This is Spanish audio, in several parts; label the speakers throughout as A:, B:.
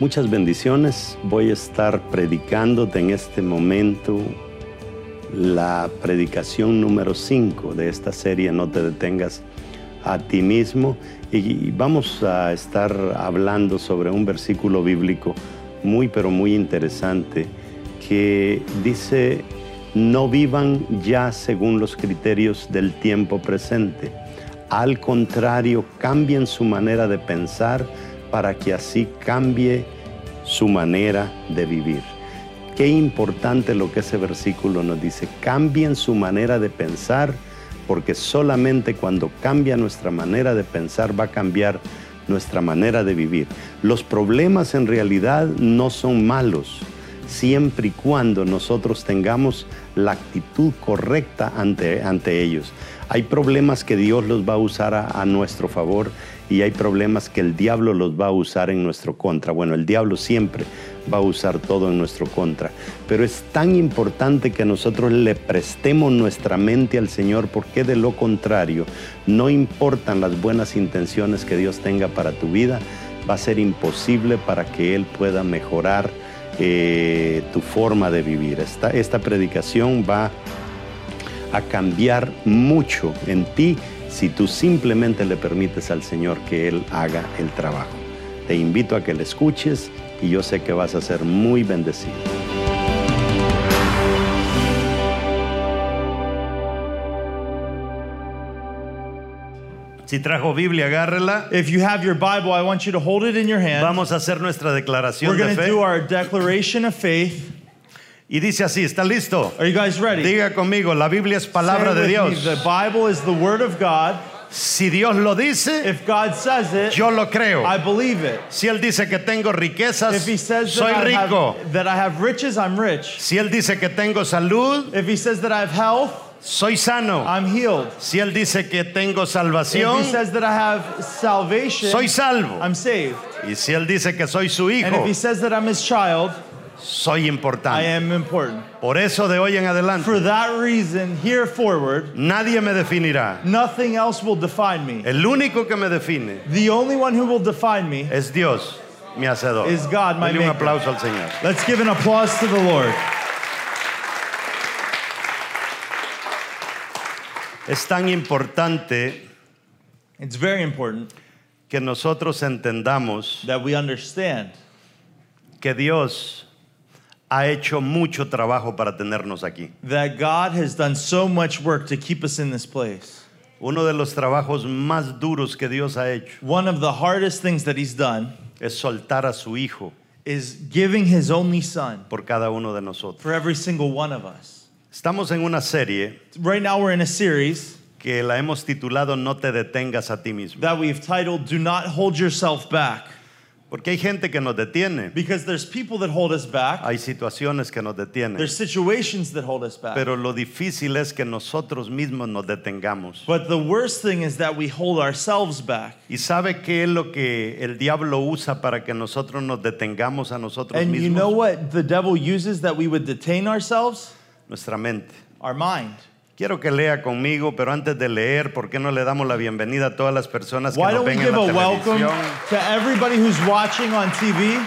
A: Muchas bendiciones. Voy a estar predicándote en este momento la predicación número 5 de esta serie, No te detengas a ti mismo. Y vamos a estar hablando sobre un versículo bíblico muy, pero muy interesante que dice, no vivan ya según los criterios del tiempo presente. Al contrario, cambien su manera de pensar para que así cambie su manera de vivir. Qué importante lo que ese versículo nos dice. Cambien su manera de pensar porque solamente cuando cambia nuestra manera de pensar va a cambiar nuestra manera de vivir. Los problemas en realidad no son malos siempre y cuando nosotros tengamos la actitud correcta ante, ante ellos. Hay problemas que Dios los va a usar a, a, nuestro favor y hay problemas que el diablo los va a usar en nuestro contra. Bueno, el diablo siempre va a usar todo en nuestro contra. Pero es tan importante que nosotros le prestemos nuestra mente al Señor porque de lo contrario, no importan las buenas intenciones que Dios tenga para tu vida, va a ser imposible para que Él pueda mejorar eh, tu forma de vivir. Esta, esta predicación va a cambiar mucho en ti si tú simplemente le permites al Señor que Él haga el trabajo. Te invito a que le escuches y yo sé que vas a ser muy bendecido.
B: Si trajo Biblia, agárrela.
C: If you have your Bible, I want you to hold it in your hand.
B: Vamos a hacer nuestra declaración
C: We're
B: de
C: going to
B: fe.
C: do our declaration of faith.
B: Y dice así, ¿está listo?
C: Are you guys ready?
B: Diga conmigo, la Biblia es
C: Say
B: palabra de
C: with me,
B: Dios.
C: The Bible is the Word of God.
B: Si Dios lo dice,
C: If God says it,
B: yo lo creo.
C: I believe it.
B: Si Él dice que tengo riquezas,
C: If He says
B: soy
C: that I,
B: rico.
C: have, that I have riches, I'm rich.
B: Si Él dice que tengo salud,
C: If He says that I have health,
B: soy sano.
C: I'm healed.
B: Si Él dice que tengo
C: If
B: salvación,
C: He says that I have salvation,
B: soy salvo.
C: I'm saved.
B: Y si Él dice que soy su
C: And if
B: hijo,
C: He says that I'm His child,
B: soy
C: I
B: importante.
C: am important.
B: Por eso de hoy en adelante,
C: For that reason, here forward,
B: nadie me definirá.
C: nothing else will define me.
B: El único que me define
C: The only one who will define me
B: es Dios, mi hacedor.
C: is God, my
B: Dale un
C: maker.
B: aplauso al Señor.
C: Let's give an applause to the Lord.
B: Es tan importante
C: It's very important
B: que nosotros entendamos
C: that we understand
B: que Dios ha hecho mucho trabajo para tenernos aquí.
C: that God has done so much work to keep us in this place.
B: Uno de los trabajos más duros que Dios ha hecho
C: One of the hardest things that He's done
B: es soltar a su Hijo
C: is giving His only Son
B: por cada uno de nosotros.
C: for every single one of us.
B: Estamos en una serie
C: Right now, we're in a series
B: que la hemos titulado No te detengas a ti mismo.
C: that we've titled Do Not Hold Yourself Back
B: Porque hay gente que nos detiene,
C: because there's people that hold us back,
B: hay situaciones que nos detienen,
C: there's situations that hold us back.
B: pero lo difícil es que nosotros mismos nos detengamos.
C: But the worst thing is that we hold ourselves back.
B: ¿Y sabe qué es lo que el diablo usa para que nosotros nos detengamos a nosotros
C: And you know
B: mismos?
C: what the devil uses that we would detain ourselves?
B: Nuestra mente.
C: Our mind.
B: Quiero que lea conmigo, pero antes de leer, ¿por qué no le damos la bienvenida a todas las personas que
C: Why
B: nos
C: don't we
B: ven en
C: give
B: la
C: a welcome
B: televisión,
C: to everybody who's watching on TV,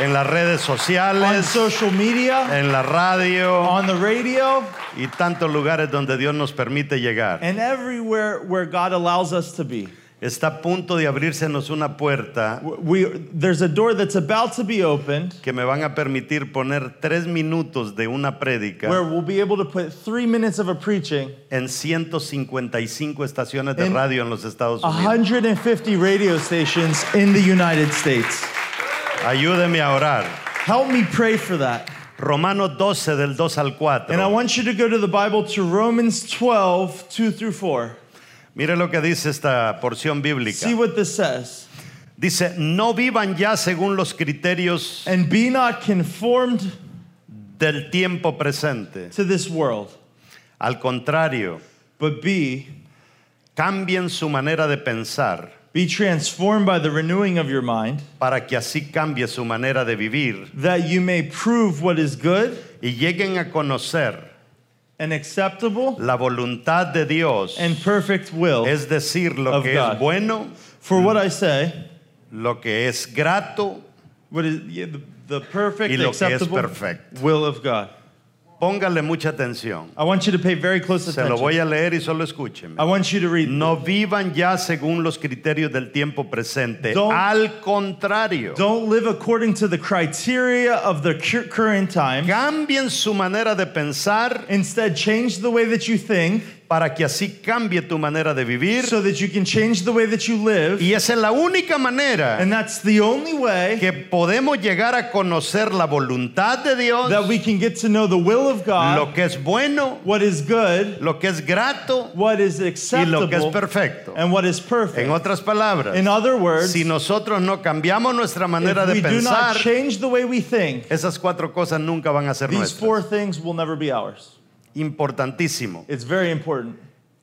B: en las redes
C: on
B: sociales,
C: social media,
B: en la radio
C: on the radio,
B: y tantos lugares donde Dios nos permite llegar?
C: and everywhere where God allows us to be?
B: Está a punto de abrírsenos una puerta
C: W- We, there's a door that's about to be opened
B: que me van a permitir poner tres minutos de una
C: where
B: prédica
C: we'll be able to put three minutes of a preaching,
B: en 155 estaciones de
C: En-
B: radio en los Estados Unidos.
C: 150 radio stations in the United States.
B: Ayúdeme a orar.
C: Help me pray for that.
B: Romanos 12 del 2 al
C: And I
B: 4.
C: want you to go to the Bible to Romans 12, 2 through 4.
B: Mire lo que dice esta porción bíblica.
C: See what this says.
B: Dice, no vivan ya según los criterios
C: And be not conformed
B: del tiempo presente.
C: to this world,
B: Al contrario,
C: but be
B: cambien su manera de pensar
C: be transformed by the renewing of your mind,
B: para que así cambie su manera de vivir
C: that you may prove what is good
B: y lleguen a conocer
C: and acceptable
B: la voluntad de Dios,
C: and perfect will.
B: es decir, lo
C: Of
B: que
C: God.
B: es bueno,
C: For what I say,
B: lo que es grato
C: what is yeah, the, the perfect,
B: Y lo que es
C: acceptable
B: perfecto.
C: will of God.
B: Póngale mucha atención.
C: I want you to pay very close
B: Se lo
C: attention.
B: voy a leer y solo escúcheme.
C: I want you to read.
B: No vivan ya según los criterios del tiempo presente.
C: Don't-
B: Al contrario,
C: Don't live according to the criteria of the cur- current time.
B: cambien su manera de pensar
C: Instead, change the way that you think
B: para que así cambie tu manera de vivir.
C: so that you can change the way that you live.
B: Y esa es la única manera
C: And that's the only way
B: que podemos llegar a conocer la voluntad de Dios,
C: that we can get to know the will of
B: lo
C: God,
B: que es bueno,
C: what is good,
B: lo que es grato
C: what is
B: y lo que es
C: acceptable,
B: perfecto.
C: and what is
B: En
C: perfect.
B: otras palabras,
C: In other words,
B: si
C: if
B: nosotros no cambiamos nuestra manera de
C: we do
B: pensar,
C: not change the way we think,
B: esas cuatro cosas nunca van a ser
C: these
B: nuestras.
C: four things will never be ours.
B: Importantísimo.
C: It's very important.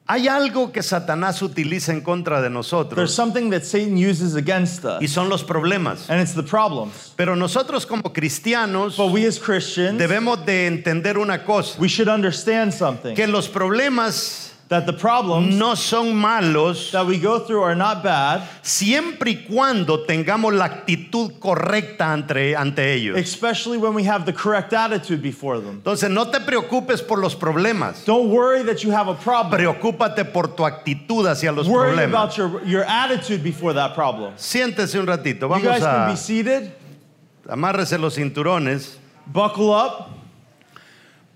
B: Hay algo que Satanás utiliza en contra de
C: There's
B: nosotros
C: something that Satan uses against
B: y
C: us,
B: son los problemas.
C: and it's the problems.
B: Pero nosotros como cristianos
C: But we as Christians,
B: debemos de entender una cosa,
C: we should understand something
B: que los problemas
C: that the problems
B: no son malos
C: that we go through are not bad,
B: siempre y cuando tengamos la actitud correcta ante, ante ellos.
C: especially when we have the correct attitude before them.
B: Entonces no te preocupes por los problemas,
C: Don't worry that you have a problem.
B: preocúpate por tu actitud hacia los
C: Worry
B: problemas.
C: about your, your attitude before that problem.
B: Siéntese un ratito,
C: You
B: vamos
C: guys can
B: a
C: be seated,
B: amárrese los cinturones.
C: buckle up.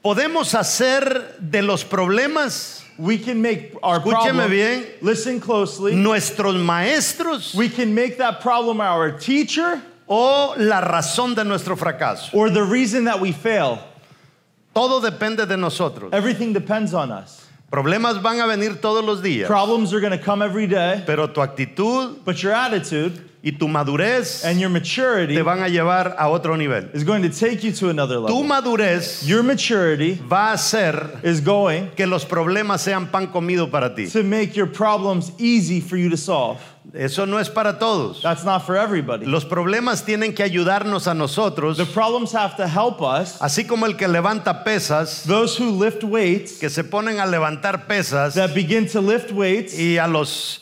B: Podemos hacer de los problemas
C: We can make our
B: Escúcheme
C: problem.
B: bien.
C: Listen closely.
B: nuestros maestros
C: We can make that problem our teacher
B: o la razón de nuestro fracaso.
C: or the reason that we fail.
B: Todo depende de nosotros.
C: Everything depends on us.
B: Problemas van a venir todos los días,
C: Problems are going to come every day,
B: pero tu actitud
C: but your attitude
B: y tu madurez
C: and your
B: te
C: maturity
B: van a llevar a otro nivel.
C: is going to take you to another
B: Tu
C: level.
B: madurez
C: Your maturity
B: va a hacer
C: is going
B: que los problemas sean pan comido para ti.
C: to make your problems easy for you to solve.
B: Eso no es para todos.
C: That's not for everybody.
B: Los problemas tienen que ayudarnos a nosotros,
C: The problems have to help us.
B: así como el que levanta pesas,
C: Those who lift weights,
B: que se ponen a levantar pesas
C: that begin to lift weights,
B: y a los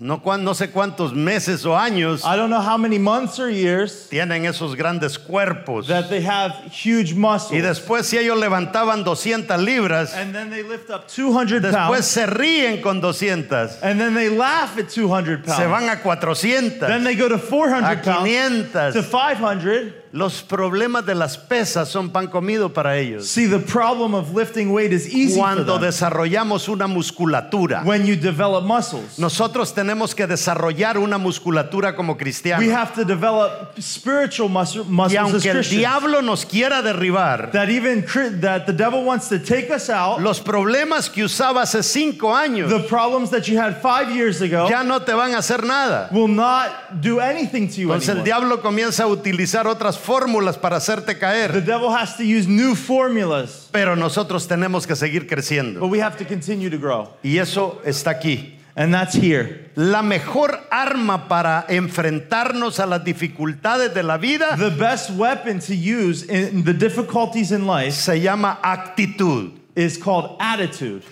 B: no, cuan- no sé cuántos meses o años
C: I don't know how many months or years,
B: tienen esos grandes cuerpos.
C: that they have huge
B: Y
C: muscles.
B: después si ellos levantaban 200 libras,
C: And then they lift up 200
B: después
C: pounds.
B: se ríen con 200,
C: And then they laugh at 200
B: se
C: pounds.
B: van a
C: Then
B: 400,
C: they go to
B: a
C: 400 pounds, to
B: 500.
C: 500.
B: Los problemas de las pesas son pan comido para ellos.
C: See, the problem of lifting weight is easy for
B: Cuando
C: them
B: desarrollamos una musculatura,
C: when you develop muscles.
B: nosotros tenemos que desarrollar una musculatura como
C: We
B: cristianos.
C: have to develop spiritual muscle,
B: Y
C: muscles as
B: aunque el
C: Christians.
B: diablo nos quiera derribar,
C: That even cri- that the devil wants to take us out.
B: Los problemas que usaba hace cinco años
C: The problems that you had five years ago
B: ya no te van a hacer nada.
C: will not do anything to you
B: Entonces el
C: anymore.
B: diablo comienza a utilizar otras fórmulas para hacerte
C: The
B: caer.
C: devil has to use new formulas,
B: Pero nosotros tenemos que seguir
C: but
B: creciendo.
C: we have to continue to grow,
B: Y eso está aquí.
C: and that's here.
B: La mejor arma para enfrentarnos a las dificultades de la vida
C: The best weapon to use in the difficulties in life
B: se llama actitud.
C: is called attitude.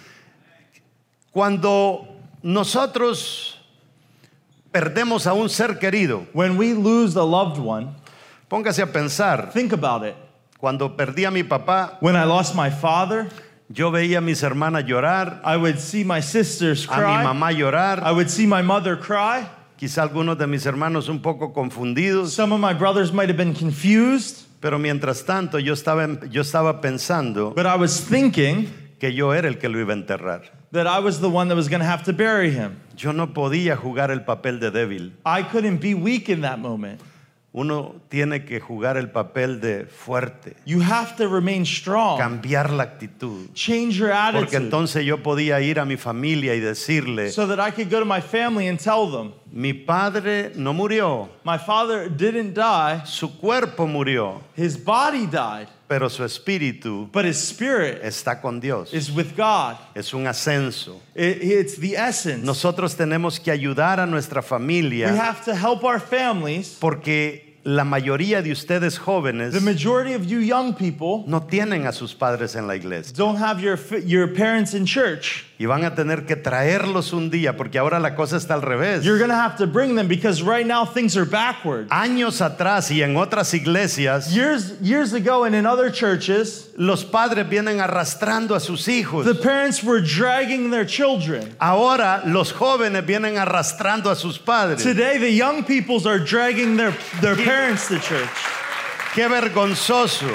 B: Cuando nosotros perdemos a un ser querido,
C: When we lose a loved one,
B: póngase a pensar,
C: think about it.
B: cuando perdí a mi papá,
C: When I lost my father,
B: yo veía a mis hermanas llorar,
C: I would see my sisters
B: a mi
C: cry.
B: mamá
C: I
B: llorar,
C: would see my mother cry.
B: quizá algunos de mis hermanos un poco confundidos,
C: Some of my brothers might have been confused,
B: pero mientras tanto yo estaba, en- yo estaba pensando
C: but I was thinking
B: que yo era el que lo iba a enterrar.
C: that I was the one that was going to have to bury him.
B: Yo no podía jugar el papel de débil.
C: I couldn't be weak in that moment.
B: Uno tiene que jugar el papel de fuerte,
C: You have to remain strong.
B: cambiar la actitud.
C: Change your
B: Porque
C: attitude
B: entonces yo podía ir a mi familia y decirle,
C: so that I could go to my family and tell them,
B: mi padre no murió,
C: my father didn't die,
B: su cuerpo murió,
C: his body died,
B: pero su espíritu
C: but his spirit
B: está con Dios.
C: is with God.
B: Es un ascenso.
C: It- it's the essence.
B: Nosotros tenemos que ayudar a nuestra
C: We
B: familia
C: have to help our families.
B: porque la mayoría de ustedes jóvenes
C: The majority of you young people
B: no tienen a sus padres en la iglesia.
C: don't have your, fa- your parents in church.
B: Y van a tener que traerlos un día, porque ahora la cosa está al revés.
C: You're going to have to bring them because right now things are backward.
B: Años atrás y en otras iglesias,
C: Years, years ago, and in other churches,
B: los padres vienen arrastrando a sus hijos.
C: the parents were dragging their children.
B: Ahora los jóvenes vienen arrastrando a sus padres.
C: Today, the young peoples are dragging their, their parents to church.
B: Qué vergonzoso.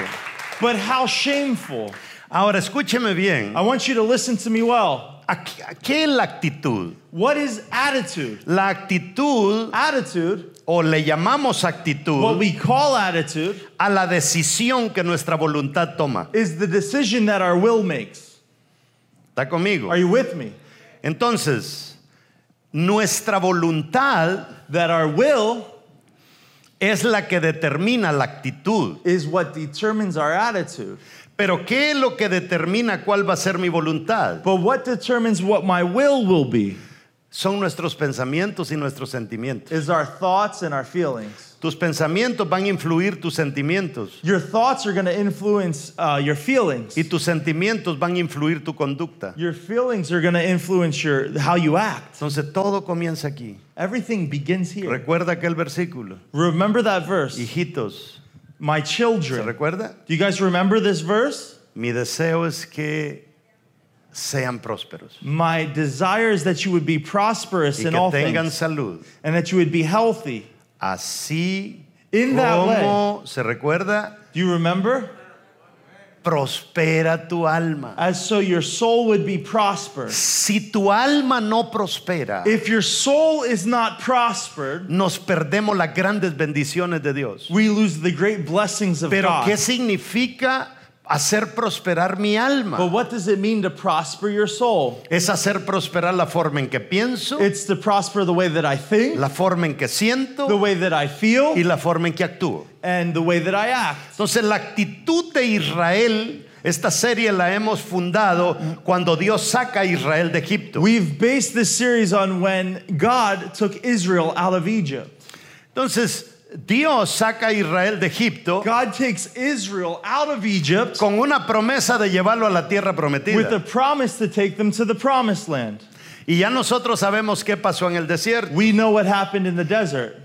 C: But how shameful.
B: Ahora escúcheme bien.
C: I want you to listen to me well.
B: Aquí- ¿Qué es la actitud?
C: What is attitude?
B: La actitud,
C: Attitude,
B: o le llamamos
C: what
B: actitud,
C: we call attitude,
B: a la decisión que nuestra voluntad toma.
C: is the decision that our will makes.
B: ¿Está conmigo?
C: Are you with me?
B: Entonces, nuestra voluntad
C: That our will
B: es la que determina la actitud.
C: is what determines our attitude.
B: Pero ¿qué es lo que determina cuál va a ser mi voluntad?
C: But what determines what my will will be
B: Son nuestros pensamientos y nuestros sentimientos.
C: is our thoughts and our feelings.
B: Tus pensamientos van a influir tus sentimientos
C: Your thoughts are going to influence uh, your feelings.
B: y tus sentimientos van a influir tu conducta.
C: Your feelings are going to influence your how you act.
B: Entonces todo comienza aquí.
C: Everything begins here.
B: Recuerda aquel versículo.
C: Remember that verse,
B: Hijitos,
C: my
B: ¿se
C: children.
B: recuerda?
C: Do you guys remember this verse?
B: Mi deseo es que sean prósperos
C: My desire is that you would be prosperous
B: y
C: in
B: que
C: all
B: tengan
C: things
B: salud.
C: and that you would be healthy.
B: Así
C: In that
B: como se recuerda,
C: Do you remember?
B: prospera tu alma.
C: As so your soul would be prospered.
B: Si tu alma no prospera,
C: If your soul is not prospered,
B: nos perdemos las grandes bendiciones de Dios.
C: we lose the great blessings of
B: Pero
C: God.
B: ¿qué significa hacer prosperar mi
C: But
B: alma?
C: what does it mean to prosper your soul?
B: Es hacer prosperar la forma en que pienso,
C: It's to prosper the way that I think,
B: la forma en que
C: the
B: siento
C: way that I feel,
B: y la forma en que actúo.
C: and the way that I act.
B: Entonces la actitud de Israel, esta serie la hemos fundado cuando Dios saca a Israel de Egipto.
C: We've based this series on when God took Israel out of Egypt.
B: Entonces Dios saca a Israel de Egipto
C: God takes Israel out of Egypt
B: con una promesa de llevarlo a la tierra
C: with the
B: prometida.
C: promise to take them to the promised land.
B: Y ya nosotros sabemos qué pasó en el desierto.
C: We know what happened in the desert.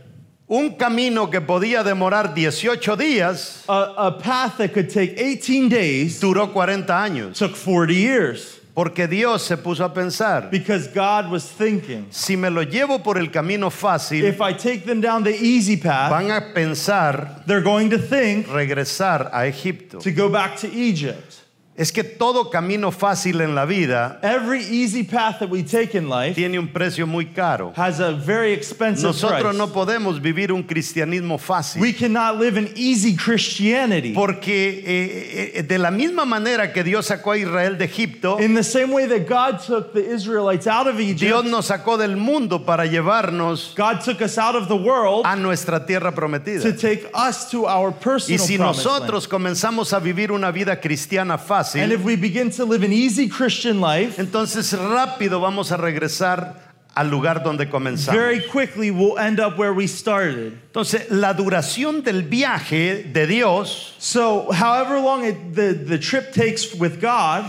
B: Un camino que podía demorar 18 días
C: A, a path that could take 18 days
B: duró 40 años.
C: took 40 years
B: Porque Dios se puso a pensar,
C: because God was thinking,
B: si me lo llevo por el camino fácil,
C: if I take them down the easy path,
B: van a pensar
C: they're going to think
B: regresar a Egipto.
C: to go back to Egypt.
B: Es que todo camino fácil en la vida
C: Every easy path that we take in life
B: tiene un precio muy caro.
C: has a very expensive
B: Nosotros
C: price.
B: no podemos vivir un cristianismo fácil.
C: We cannot live an easy Christianity.
B: Porque eh, eh, de la misma manera que Dios sacó a Israel de Egipto,
C: In the same way that God took the Israelites out of
B: Dios
C: Egypt,
B: nos sacó del mundo para llevarnos
C: God took us out of the world
B: a nuestra tierra prometida.
C: to take us to our
B: Ah, Y
C: personal
B: si
C: promised land.
B: nosotros comenzamos a vivir una vida cristiana
C: And
B: fácil,
C: if we begin to live an easy Christian life,
B: entonces rápido vamos a regresar al lugar donde comenzamos.
C: very quickly we'll end up where we started.
B: Entonces, la duración del viaje de Dios
C: So, however long it, the, the trip takes with God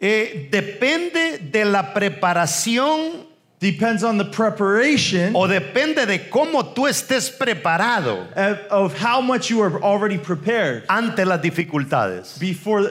B: eh, depende de la preparación
C: depends on the preparation
B: o depende de cómo tú estés preparado
C: of, of how much you are already prepared
B: ante las dificultades.
C: before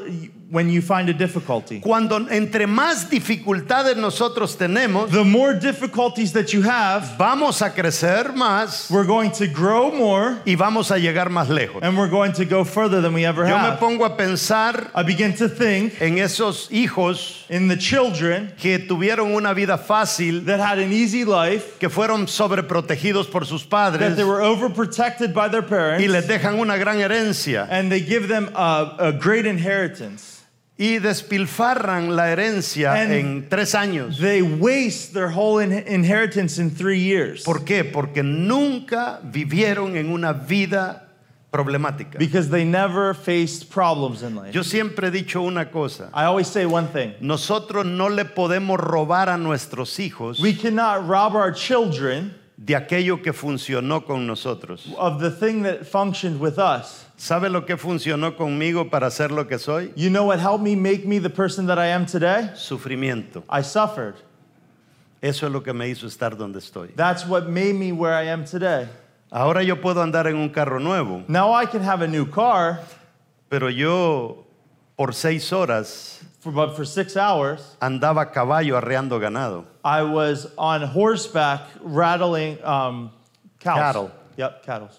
C: when you find a difficulty.
B: Cuando entre más dificultades nosotros tenemos,
C: The more difficulties that you have,
B: vamos a crecer más
C: we're going to grow more
B: y vamos a llegar más lejos.
C: and we're going to go further than we ever
B: Yo me
C: have.
B: pongo a pensar
C: I begin to think
B: en esos hijos
C: in the children
B: que tuvieron una vida fácil,
C: that had an easy life,
B: que fueron sobreprotegidos por sus padres
C: that they were overprotected by their
B: y
C: parents.
B: les dejan una gran herencia
C: and they give them a, a great inheritance.
B: y despilfarran la herencia
C: And-
B: en tres años.
C: They waste their whole in- inheritance in three years
B: ¿Por qué? Porque nunca vivieron en una vida problemática.
C: because they never faced problems in life.
B: Yo siempre he dicho una cosa,
C: I always say one thing
B: nosotros no le podemos robar a nuestros hijos
C: we cannot rob our children
B: de aquello que funcionó con nosotros.
C: of the thing that functioned with us.
B: ¿Sabe lo que funcionó conmigo para ser lo que soy?
C: You know what helped me make me the person that I am today?
B: Sufrimiento.
C: I suffered.
B: Eso es lo que me hizo estar donde estoy.
C: That's what made me where I am today.
B: Ahora yo puedo andar en un carro nuevo,
C: Now I can have a new car,
B: pero yo por seis horas
C: for, but for six hours,
B: andaba a caballo arreando ganado.
C: I was on horseback rattling um, cows.
B: Cattle.
C: Yep, cattle.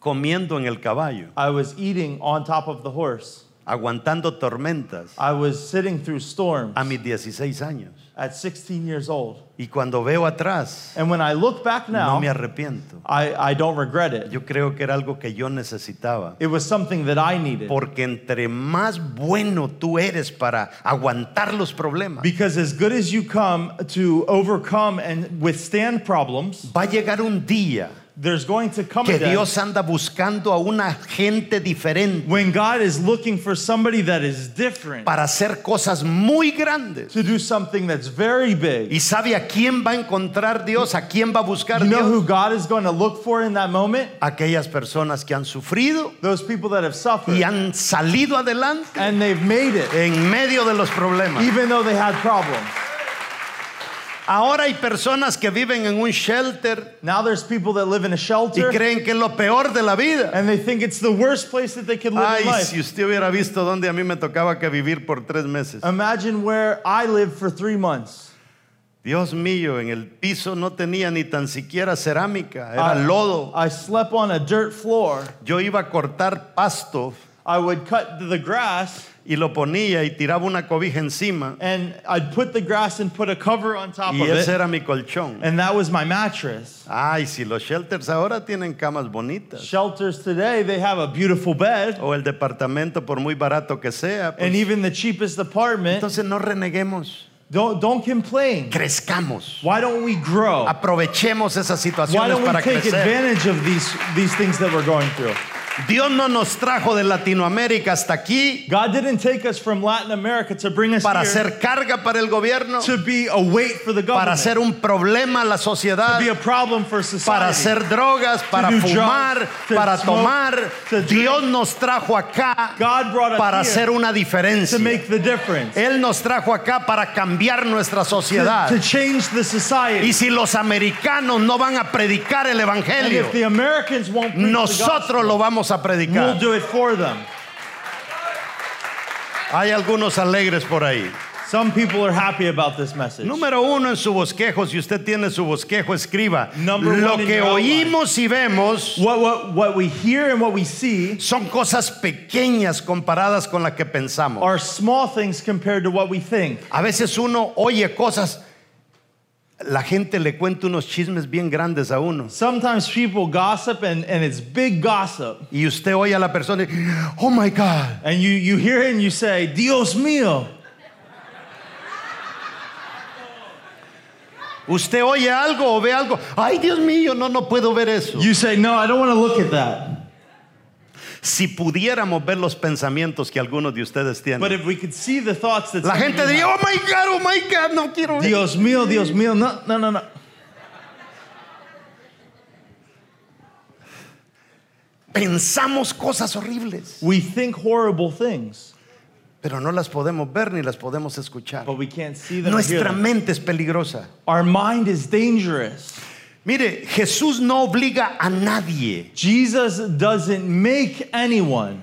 B: comiendo en el caballo,
C: I was eating on top of the horse.
B: aguantando tormentas
C: I was sitting through storms
B: a mis 16 años.
C: at 16 years old.
B: Y cuando veo atrás,
C: And when I look back now,
B: no me arrepiento.
C: I, I don't regret it.
B: Yo creo que era algo que yo necesitaba.
C: It was something that I needed.
B: Porque entre más bueno tú eres para aguantar los problemas,
C: Because as good as you come to overcome and withstand problems,
B: va a llegar un día
C: there's going to come a
B: que
C: day
B: Dios anda buscando a una gente diferente
C: when God is looking for somebody that is different
B: para hacer cosas muy grandes.
C: to do something that's very big.
B: Y sabe a quién va a encontrar Dios, a quién va a buscar
C: You know
B: Dios.
C: who God is going to look for in that moment?
B: Aquellas personas que han sufrido
C: Those people that have suffered
B: y han salido adelante.
C: and they've made it,
B: en medio de los problemas.
C: even though they had problems.
B: Ahora hay personas que viven en un shelter
C: Now there's people that live in
B: y
C: a shelter
B: creen que es lo peor de la vida.
C: and they think it's the worst place that they could live
B: Ay,
C: in life.
B: si usted hubiera visto donde a mí me tocaba que vivir por tres meses.
C: Imagine where I lived for three months.
B: Dios mío, en el piso no tenía ni tan siquiera cerámica, era
C: I-
B: lodo.
C: I slept on a dirt floor.
B: Yo iba a cortar pasto
C: I would cut the grass
B: y lo ponía y tiraba una cobija encima
C: and I'd put the grass and put a cover on top
B: y
C: of
B: ese
C: it.
B: era mi colchón.
C: And that was my mattress.
B: Ay, si los shelters ahora tienen camas bonitas
C: Shelters today, they have a beautiful bed
B: o el departamento por muy barato que sea, pues,
C: and even the cheapest apartment.
B: entonces no reneguemos,
C: Don't, don't complain.
B: crezcamos.
C: Why don't we grow?
B: Aprovechemos esas
C: Why
B: situaciones
C: don't
B: para
C: we take
B: crecer.
C: advantage of these, these things that we're going through?
B: Dios no nos trajo de Latinoamérica hasta aquí
C: God didn't take us from Latin America to bring us
B: para
C: here
B: ser carga para el gobierno,
C: to be a weight for the
B: para
C: government,
B: ser un problema a la sociedad,
C: be a problem for
B: para
C: society.
B: hacer drogas, para
C: do drugs,
B: fumar,
C: to
B: para
C: smoke,
B: tomar.
C: to drink.
B: Dios nos trajo acá
C: God brought us
B: para
C: here
B: hacer una diferencia.
C: to make the difference,
B: Él nos trajo acá para cambiar nuestra
C: to,
B: sociedad.
C: to change the society.
B: Y si los americanos no van a predicar el
C: And
B: evangelio,
C: if the Americans won't preach
B: nosotros lo vamos a
C: the gospel,
B: predicar.
C: we'll do it for them.
B: Hay algunos alegres por ahí.
C: Some people are happy about this message.
B: Número uno en su bosquejo, si usted tiene su bosquejo, escriba.
C: Number
B: Lo
C: one in
B: que
C: your outline.
B: oímos y vemos
C: What, what, what we hear and what we see
B: son cosas pequeñas comparadas con las que pensamos.
C: are small things compared to what we think.
B: A veces uno oye cosas, la gente le cuenta unos chismes bien grandes a uno.
C: Sometimes people gossip and, and it's big gossip.
B: Y usted oye a la persona y, oh my God,
C: And you, you hear it and you say, Dios mío.
B: usted oye algo o ve algo, ay Dios mío, no, no puedo ver eso.
C: You say, No, I don't want to look at that.
B: Si pudiéramos ver los pensamientos que algunos de ustedes tienen,
C: But if we could see the thoughts that
B: la
C: some of
B: gente
C: you
B: diría,
C: have,
B: oh my God, oh my God, no quiero ver.
C: Dios mío, Dios mío, no, no, no, no.
B: Pensamos cosas horribles.
C: We think horrible things,
B: pero no las podemos ver ni las podemos escuchar.
C: but we can't see them. or hear
B: Nuestra
C: them.
B: mente es peligrosa.
C: Our mind is dangerous.
B: Mire, Jesús no obliga a nadie.
C: Jesus doesn't make anyone.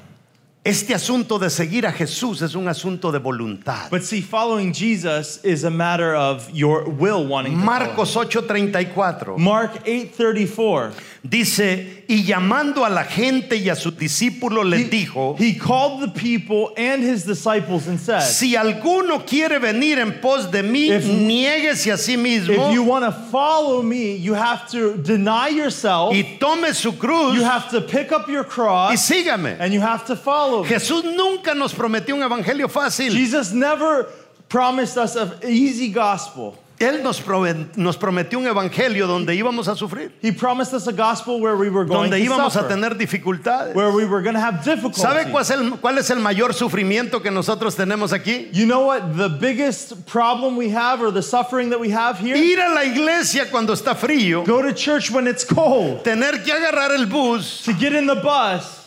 B: Este asunto de seguir a Jesús es un asunto de voluntad.
C: But see, following Jesus is a matter of your will wanting to follow him.
B: Marcos 8:34
C: Mark 8:34.
B: dice, y llamando a la gente y a sus discípulos les dijo,
C: He called the people and his disciples and said,
B: si alguno quiere venir en pos de mí,
C: If-
B: niéguese a sí
C: If you
B: mismo
C: want to follow me, you have to deny yourself.
B: y tome su cruz
C: You have to pick up your
B: y
C: cross
B: sígame.
C: and you have to follow me.
B: Jesús nunca nos prometió un evangelio fácil.
C: Jesus never promised us an easy gospel.
B: Él nos, prove- nos prometió un evangelio donde íbamos a sufrir,
C: He promised us a gospel where we were going
B: donde
C: to
B: íbamos a
C: suffer,
B: tener dificultades.
C: where we were going to have
B: ¿Sabe cuál
C: difficulty.
B: es, el, cuál es el mayor sufrimiento que nosotros tenemos aquí?
C: You know what the biggest problem we have or the suffering that we have here?
B: Ir a la iglesia cuando está frío,
C: Go to church when it's cold.
B: tener que agarrar el bus,
C: To get in the bus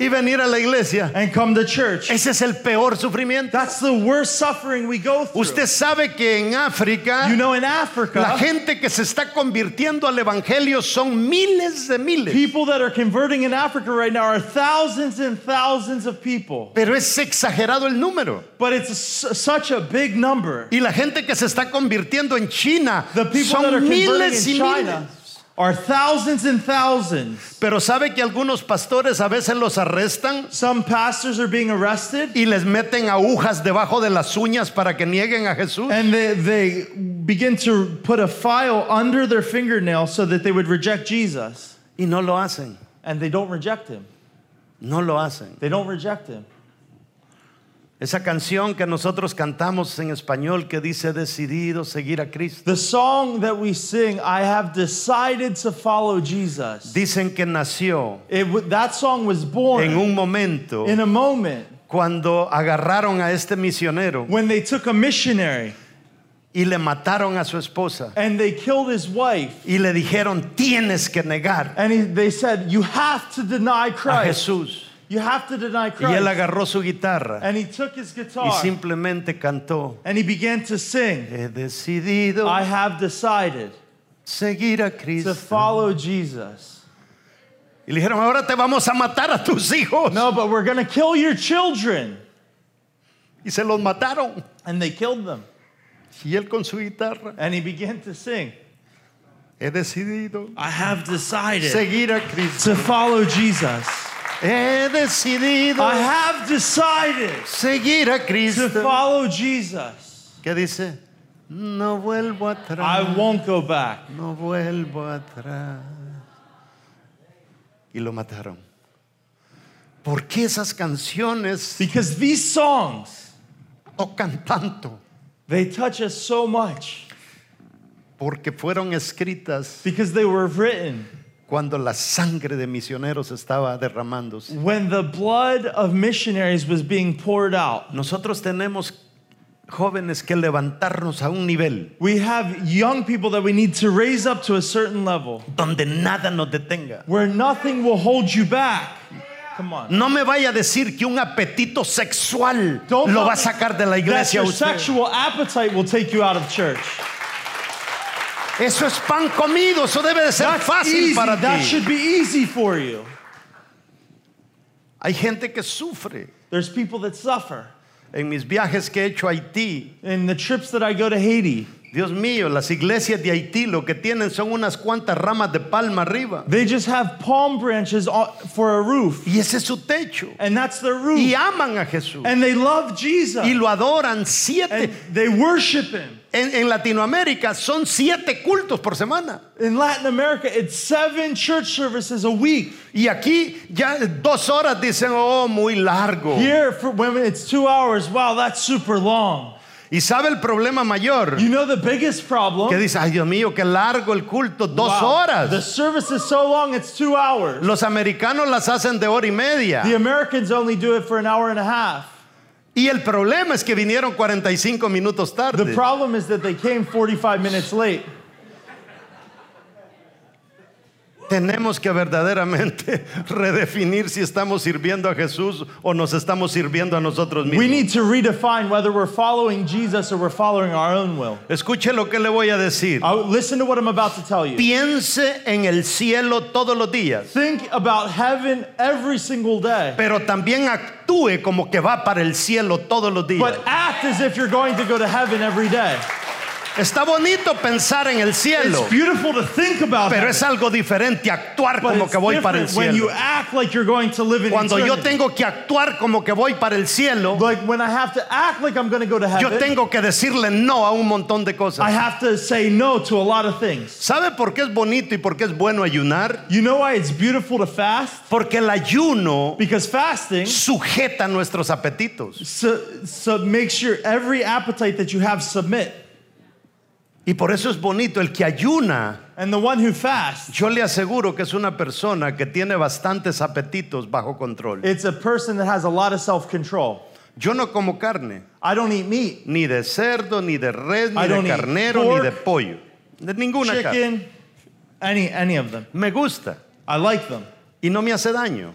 B: y venir a la iglesia.
C: and come to church.
B: Ese es el peor sufrimiento.
C: That's the worst suffering we go through.
B: Usted sabe que en África
C: you know, in
B: la
C: Africa,
B: gente que se está convirtiendo al evangelio son miles de miles.
C: people that are converting in Africa right now are thousands and thousands of people.
B: Pero es exagerado el número.
C: But it's s- such a big number.
B: Y la gente que se está convirtiendo en China
C: The people that are
B: son
C: converting
B: miles
C: in
B: y
C: China
B: miles.
C: are thousands and thousands.
B: Pero sabe que algunos pastores a veces los arrestan
C: Some pastors are being arrested
B: y les meten agujas debajo de las uñas para que nieguen a Jesús.
C: and they, they begin to put a file under their fingernail so that they would reject Jesus.
B: Y no lo hacen,
C: And they don't reject him.
B: no lo hacen.
C: They don't reject him.
B: Esa canción que nosotros cantamos en español que dice decidido seguir a Cristo.
C: The song that we sing, I have decided to follow Jesus.
B: Dicen que nació
C: It, w- that song was
B: en
C: born
B: un momento
C: in a moment
B: cuando agarraron a este misionero
C: when they took a missionary
B: y le mataron a su esposa
C: and they killed his wife.
B: y le dijeron tienes que negar
C: And he, they said, You have to deny
B: a
C: Christ.
B: Jesús.
C: You have to deny
B: Y él
C: Christ.
B: agarró su guitarra
C: And he took his
B: y
C: guitar
B: simplemente cantó.
C: and he began to sing,
B: He decidido
C: I have decided
B: seguir a
C: to
B: Cristo.
C: follow Jesus.
B: Y le dijeron, ahora te vamos a matar a tus hijos.
C: No, but we're going to kill your children.
B: Y se los mataron.
C: And they killed them.
B: Y él con su guitarra,
C: And he began to sing,
B: he decidido
C: I have decided
B: seguir a Cristo.
C: to follow Jesus.
B: He decidido
C: I have decided
B: seguir a
C: to
B: Cristo.
C: follow Jesus.
B: ¿Qué dice? No vuelvo atrás.
C: I won't go back.
B: No vuelvo atrás. Y lo mataron. ¿Por qué esas canciones
C: Because these songs,
B: tocan tanto?
C: they touch us so much
B: Porque fueron escritas
C: because they were written
B: cuando la sangre de misioneros estaba derramándose.
C: when the blood of missionaries was being poured out.
B: Nosotros tenemos jóvenes que levantarnos a un nivel
C: We have young people that we need to raise up to a certain level
B: donde nada nos detenga.
C: where nothing will hold you back. Come on.
B: No me vaya a decir que un apetito sexual
C: Don't
B: lo
C: tell
B: va a
C: me
B: sacar de la
C: That
B: iglesia a
C: your
B: usted.
C: sexual appetite will take you out of church.
B: Eso es pan comido, eso debe de ser fácil
C: Easy.
B: para
C: That
B: ti.
C: should be easy for you.
B: Hay gente que sufre.
C: There's people that suffer.
B: En mis viajes que he hecho a Haití,
C: In the trips that I go to Haiti,
B: Dios mío, las iglesias de Haití lo que tienen son unas cuantas ramas de palma arriba.
C: they just have palm branches on- for a roof,
B: Y ese es su techo.
C: and that's their
B: Y
C: roof.
B: aman a Jesús.
C: And they love Jesus,
B: Y lo adoran siete.
C: and they worship Him.
B: En, en Latinoamérica son siete cultos por semana.
C: In Latin America, it's seven church services a week.
B: Y aquí ya dos horas dicen, oh, muy largo.
C: Here, for women, it's two hours. Wow, that's super long.
B: Y sabe el problema mayor.
C: You know the biggest
B: Que
C: problem?
B: dice, ay Dios mío, qué largo el culto, dos
C: Wow, The
B: horas.
C: service is so long, it's two hours.
B: Los americanos las hacen de hora y media.
C: The Americans only do it for an hour and a half.
B: Y el problema es que vinieron 45 minutos
C: The
B: tarde.
C: problem is that they came 45 minutes late.
B: Tenemos que verdaderamente redefinir si estamos sirviendo a Jesús o nos estamos sirviendo a nosotros
C: We
B: mismos.
C: need to redefine whether we're following Jesus or we're following our own will.
B: Escuche lo que le voy a decir.
C: I- listen to what I'm about to tell you.
B: Piense en el cielo todos los días,
C: Think about heaven every single day,
B: pero también actúe como que va para el cielo todos los días.
C: but act as if you're going to go to heaven every day.
B: Está bonito pensar en el cielo,
C: It's beautiful to think about
B: pero
C: heaven,
B: es algo diferente actuar
C: but
B: como
C: it's
B: que voy para el
C: different when you
B: cielo.
C: act like you're going to live in
B: Cuando yo
C: eternity.
B: tengo que actuar como que voy para el cielo,
C: Like when I have to act like I'm going to go to
B: yo
C: heaven,
B: tengo que decirle no a un montón de cosas.
C: I have to say no to a lot of things.
B: ¿Sabe por qué es bonito y por qué es bueno ayunar?
C: You know why it's beautiful to fast?
B: Porque el ayuno
C: Because fasting
B: sujeta nuestros apetitos.
C: So, so make sure every appetite that you have submit.
B: Y por eso es bonito. El que ayuna,
C: And the one who fasts,
B: yo le aseguro que es una persona que tiene bastantes apetitos bajo control.
C: it's a person that has a lot of self-control.
B: Yo no como carne,
C: I don't eat meat,
B: ni de cerdo, ni de res, ni
C: I
B: de
C: don't eat
B: carnero,
C: pork,
B: ni de pollo. De ninguna carne.
C: chicken, any any of them.
B: Me gusta
C: I like them.
B: y no me hace daño.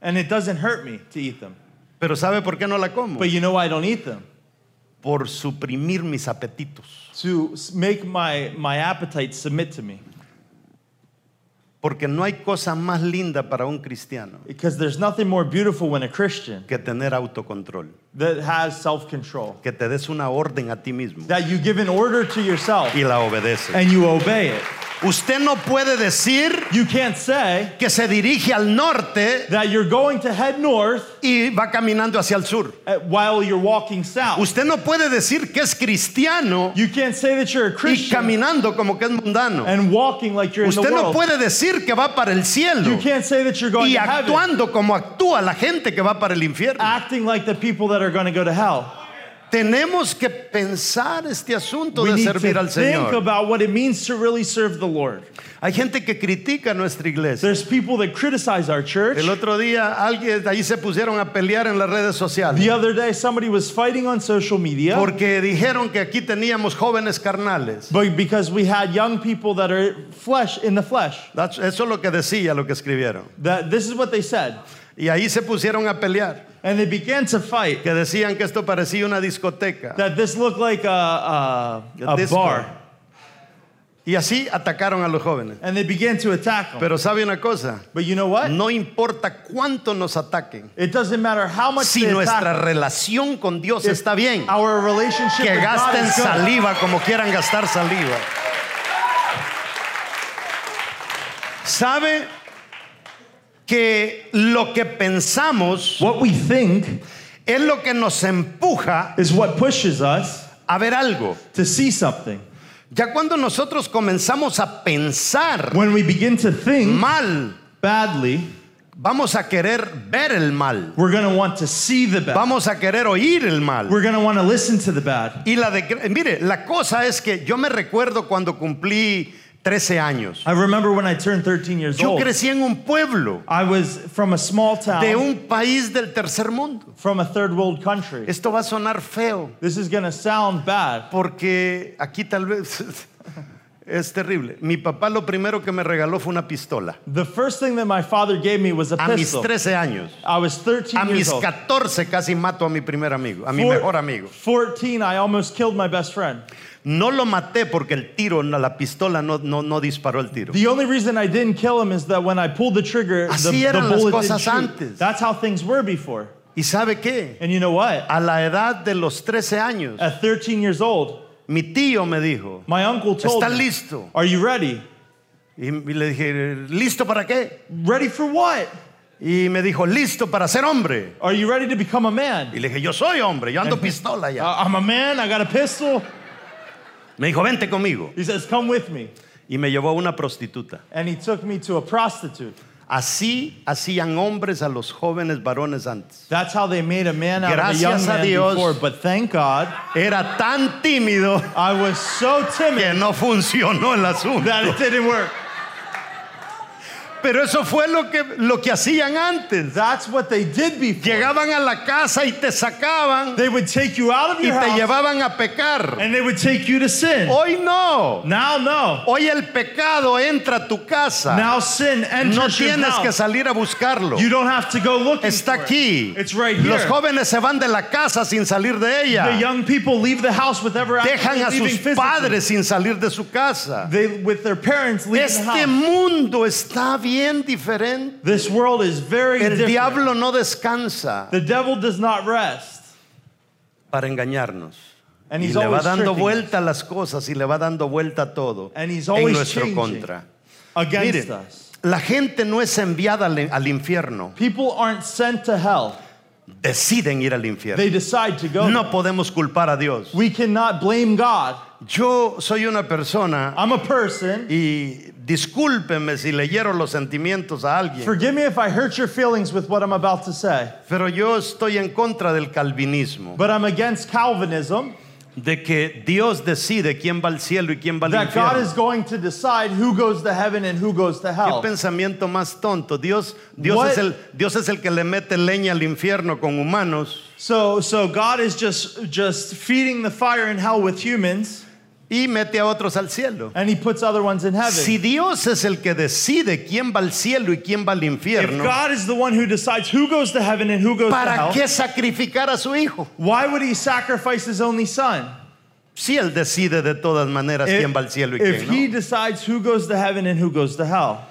C: And it doesn't hurt me to eat them.
B: Pero ¿sabe por qué no la como?
C: But you know why I don't eat them?
B: Por suprimir mis apetitos.
C: To s- make my, my appetite submit to me.
B: Porque no hay cosa más linda para un cristiano
C: Because there's nothing more beautiful when a Christian
B: que tener autocontrol.
C: that has self control,
B: Que te des una orden a ti mismo
C: that you give an order to yourself
B: y la obedeces.
C: and you obey it.
B: Usted no puede decir
C: You can't say
B: que se dirige al norte
C: that you're going to head north
B: y va caminando hacia el sur.
C: uh, while you're walking south.
B: Usted no puede decir que es cristiano
C: You can't say that you're a
B: y
C: Christian
B: caminando como que es mundano.
C: and walking like you're in the
B: Usted no
C: world.
B: puede decir que va para el cielo
C: You can't say that you're
B: y
C: going to heaven
B: actuando como actúa la gente que va para el infierno.
C: acting like the people that are going to go to hell.
B: Tenemos que pensar este asunto
C: We
B: de
C: need to
B: servir al
C: think
B: Señor.
C: about what it means to really serve the Lord.
B: Hay gente que critica nuestra iglesia.
C: There's people that criticize our church.
B: El otro día alguien de ahí se pusieron a pelear en las redes
C: The
B: sociales
C: other day, somebody was fighting on social media
B: porque dijeron que aquí teníamos jóvenes carnales.
C: but because we had young people that are flesh in the flesh.
B: That's- Eso es lo que decía, lo que escribieron.
C: That this is what they said,
B: Y ahí se pusieron a pelear,
C: and they began to fight.
B: que decían que esto parecía una discoteca.
C: That this looked like a a,
B: A
C: a
B: disco.
C: bar,
B: Y así atacaron a los jóvenes.
C: and they began to attack them.
B: Pero sabe una cosa,
C: But you know what?
B: no importa cuánto nos ataquen,
C: It doesn't matter how much
B: si
C: they
B: nuestra
C: attack.
B: relación con Dios está bien,
C: Our relationship
B: que
C: with God
B: gasten
C: is good.
B: saliva como quieran gastar saliva. ¿Sabe que lo que pensamos
C: What we think
B: es lo que nos empuja
C: is what pushes us
B: a ver algo?
C: to see something.
B: Ya cuando nosotros comenzamos a pensar
C: When we begin to think
B: mal,
C: badly,
B: vamos a querer ver el mal,
C: we're going to want to see the bad.
B: vamos a querer oír el mal.
C: We're going to want to listen to the bad.
B: Y la de, mire, la cosa es que yo me recuerdo cuando cumplí 13 años.
C: I remember when I turned 13 years
B: Yo
C: old.
B: crecí en un pueblo
C: I was from a small town,
B: de un país del tercer mundo.
C: from a third world country.
B: Esto va a sonar feo
C: This is going to sound bad
B: porque aquí tal vez es terrible. Mi papá lo primero que me regaló fue una pistola
C: The first thing that my father gave me was a
B: a mis
C: pistol.
B: 13 años.
C: I was 13
B: A mis
C: years old.
B: 14 casi mato a mi primer amigo, a mi
C: Four-
B: mejor amigo.
C: 14, I almost killed my best friend.
B: No lo maté porque el tiro, no, la pistola no, no, no disparó el tiro.
C: The only reason I didn't kill him is that when I pulled the trigger, the,
B: Así
C: the
B: eran las
C: bullet
B: cosas
C: didn't shoot.
B: antes.
C: That's how things were before.
B: ¿Y sabe qué?
C: And you know what?
B: A la edad de los 13 años,
C: At 13 years old,
B: mi tío me dijo,
C: my uncle told
B: ¿estás
C: me,
B: listo?
C: Are you ready?
B: Y y le dije, ¿listo para qué?
C: Ready for what?
B: Y me dijo, listo para ser hombre.
C: Are you ready to become a man?
B: Y le dije, yo soy hombre, yo ando pistola ya.
C: "Uh, I'm a man, I got a pistol.
B: Me dijo, vente conmigo.
C: He says, Come with me.
B: Y me llevó a una prostituta.
C: And he took me to a prostitute.
B: Así hacían hombres a los jóvenes varones antes.
C: That's how they made a man out of a young
B: Gracias a
C: man
B: Dios.
C: before. But thank God,
B: Era tan tímido
C: I was so timid
B: que no funcionó el asunto.
C: that it didn't work.
B: Pero eso fue lo que, lo que hacían antes.
C: That's what they did before.
B: Llegaban a la casa y te sacaban
C: They would take you out of
B: y
C: your
B: te
C: house
B: llevaban a pecar.
C: and they would take you to sin.
B: Hoy no.
C: Now, no.
B: Hoy el pecado entra a tu casa.
C: Now sin enters
B: No
C: your
B: tienes
C: house.
B: que salir a buscarlo.
C: You don't have to go looking
B: Está
C: for
B: aquí.
C: It. It's right here.
B: Los jóvenes se van de la casa sin salir de
C: the
B: ella.
C: young people leave the house with ever
B: Dejan a
C: leaving
B: sus
C: physically.
B: padres sin salir de su casa.
C: They, with their parents leaving the
B: Este
C: house.
B: mundo está bien diferente.
C: This world is very
B: El
C: different.
B: diablo no descansa
C: The devil does not rest.
B: para engañarnos.
C: And
B: Y
C: he's
B: le va
C: always
B: dando
C: tricking us
B: vuelta a las cosas y le va dando vuelta a todo
C: And he's
B: en
C: always
B: nuestro
C: changing.
B: contra.
C: against
B: Mire,
C: us.
B: la gente no es enviada al, al infierno.
C: People aren't sent to hell.
B: Deciden ir al infierno.
C: They decide to go.
B: No podemos culpar a Dios.
C: We cannot blame God.
B: Yo soy una persona
C: I'm a person.
B: Y discúlpeme si leyeron los sentimientos a alguien,
C: Forgive me if I hurt your feelings with what I'm about to say,
B: pero yo estoy en contra del calvinismo,
C: but I'm against Calvinism
B: de que Dios decide quién va al cielo y quién va al
C: that God
B: infierno.
C: is going to decide who goes to heaven and who goes to
B: Qué
C: hell.
B: pensamiento más tonto. Dios, Dios,
C: What-
B: es el, Dios es el que le mete leña al infierno con humanos
C: So so God is just just feeding the fire in hell with humans
B: y mete a otros al cielo.
C: and he puts other ones in heaven.
B: Si Dios es el que decide quién va al cielo y quién va al
C: if
B: infierno,
C: God is the one who decides who goes to heaven and who goes to
B: ¿para
C: hell,
B: qué sacrificar a su hijo?
C: why would he sacrifice his only son?
B: Si él decide de todas maneras
C: Eh,
B: quién va al cielo y
C: if
B: quién
C: he
B: no.
C: decides who goes to heaven and who goes to hell.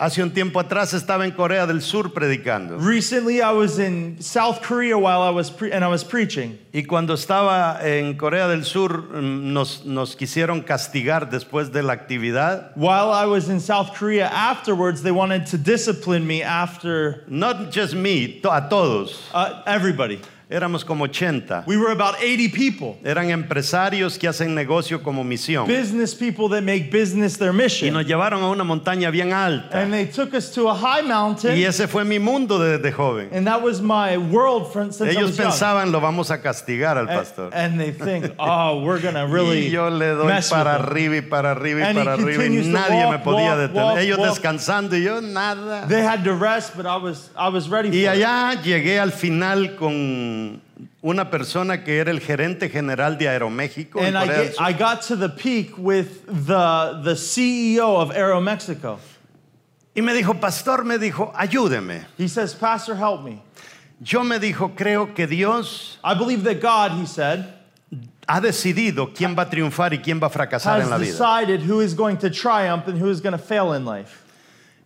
B: Hace un tiempo atrás estaba en Corea del Sur predicando
C: Recently, I was in South Korea while I was pre- and I was preaching.
B: y cuando estaba en Corea del Sur mm, nos, nos quisieron castigar después de la actividad.
C: While I was in South Korea afterwards, they wanted to discipline me after
B: Not just me, to- a todos.
C: uh, everybody.
B: Éramos como 80.
C: We were about 80 people,
B: Eran empresarios que hacen negocio como misión.
C: business people that make business their
B: Y nos
C: mission.
B: llevaron a una montaña bien alta.
C: And they took us to a high
B: Y
C: mountain,
B: ese fue mi mundo desde joven.
C: and that was my world from, since I
B: Ellos
C: was young.
B: pensaban, lo vamos a castigar al
C: And,
B: pastor.
C: and they think, oh, we're gonna
B: Y
C: really
B: yo le doy
C: mess with
B: para
C: them.
B: arriba y para arriba y
C: And he
B: para arriba y
C: continues to
B: nadie
C: walk,
B: me podía
C: walk,
B: detener.
C: walk,
B: Ellos
C: walk.
B: descansando y yo nada.
C: They had to rest, but I was I was ready.
B: Y
C: for it.
B: allá llegué al final con una persona que era el gerente general de Aeroméxico. en
C: And I,
B: Corea del
C: get-
B: Sur.
C: I got to the peak with the, the CEO of Aeromexico.
B: Y me dijo, pastor, me dijo, ayúdeme.
C: He says, Pastor, help me.
B: Yo me dijo, creo que Dios
C: I believe that God, he said,
B: ha decidido quién va a triunfar y quién va a fracasar
C: has
B: en la vida.
C: decided who is going to triumph and who is going to fail in life.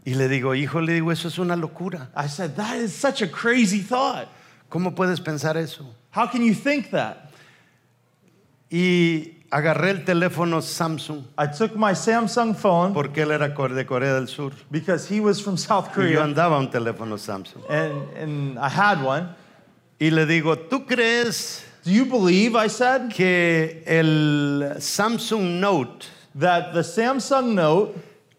B: Y le digo, hijo, le digo, eso es una locura.
C: I said, That is such a crazy thought.
B: ¿Cómo puedes pensar eso?
C: How can you think that?
B: Y agarré el teléfono Samsung,
C: I took my Samsung phone
B: porque él era cor- de Corea del Sur.
C: because he was from
B: Y
C: South
B: yo
C: Korea
B: andaba un teléfono Samsung.
C: and, and I had one.
B: Y le digo, ¿tú crees
C: Do you believe, I said,
B: que el Samsung Note
C: that the Samsung Note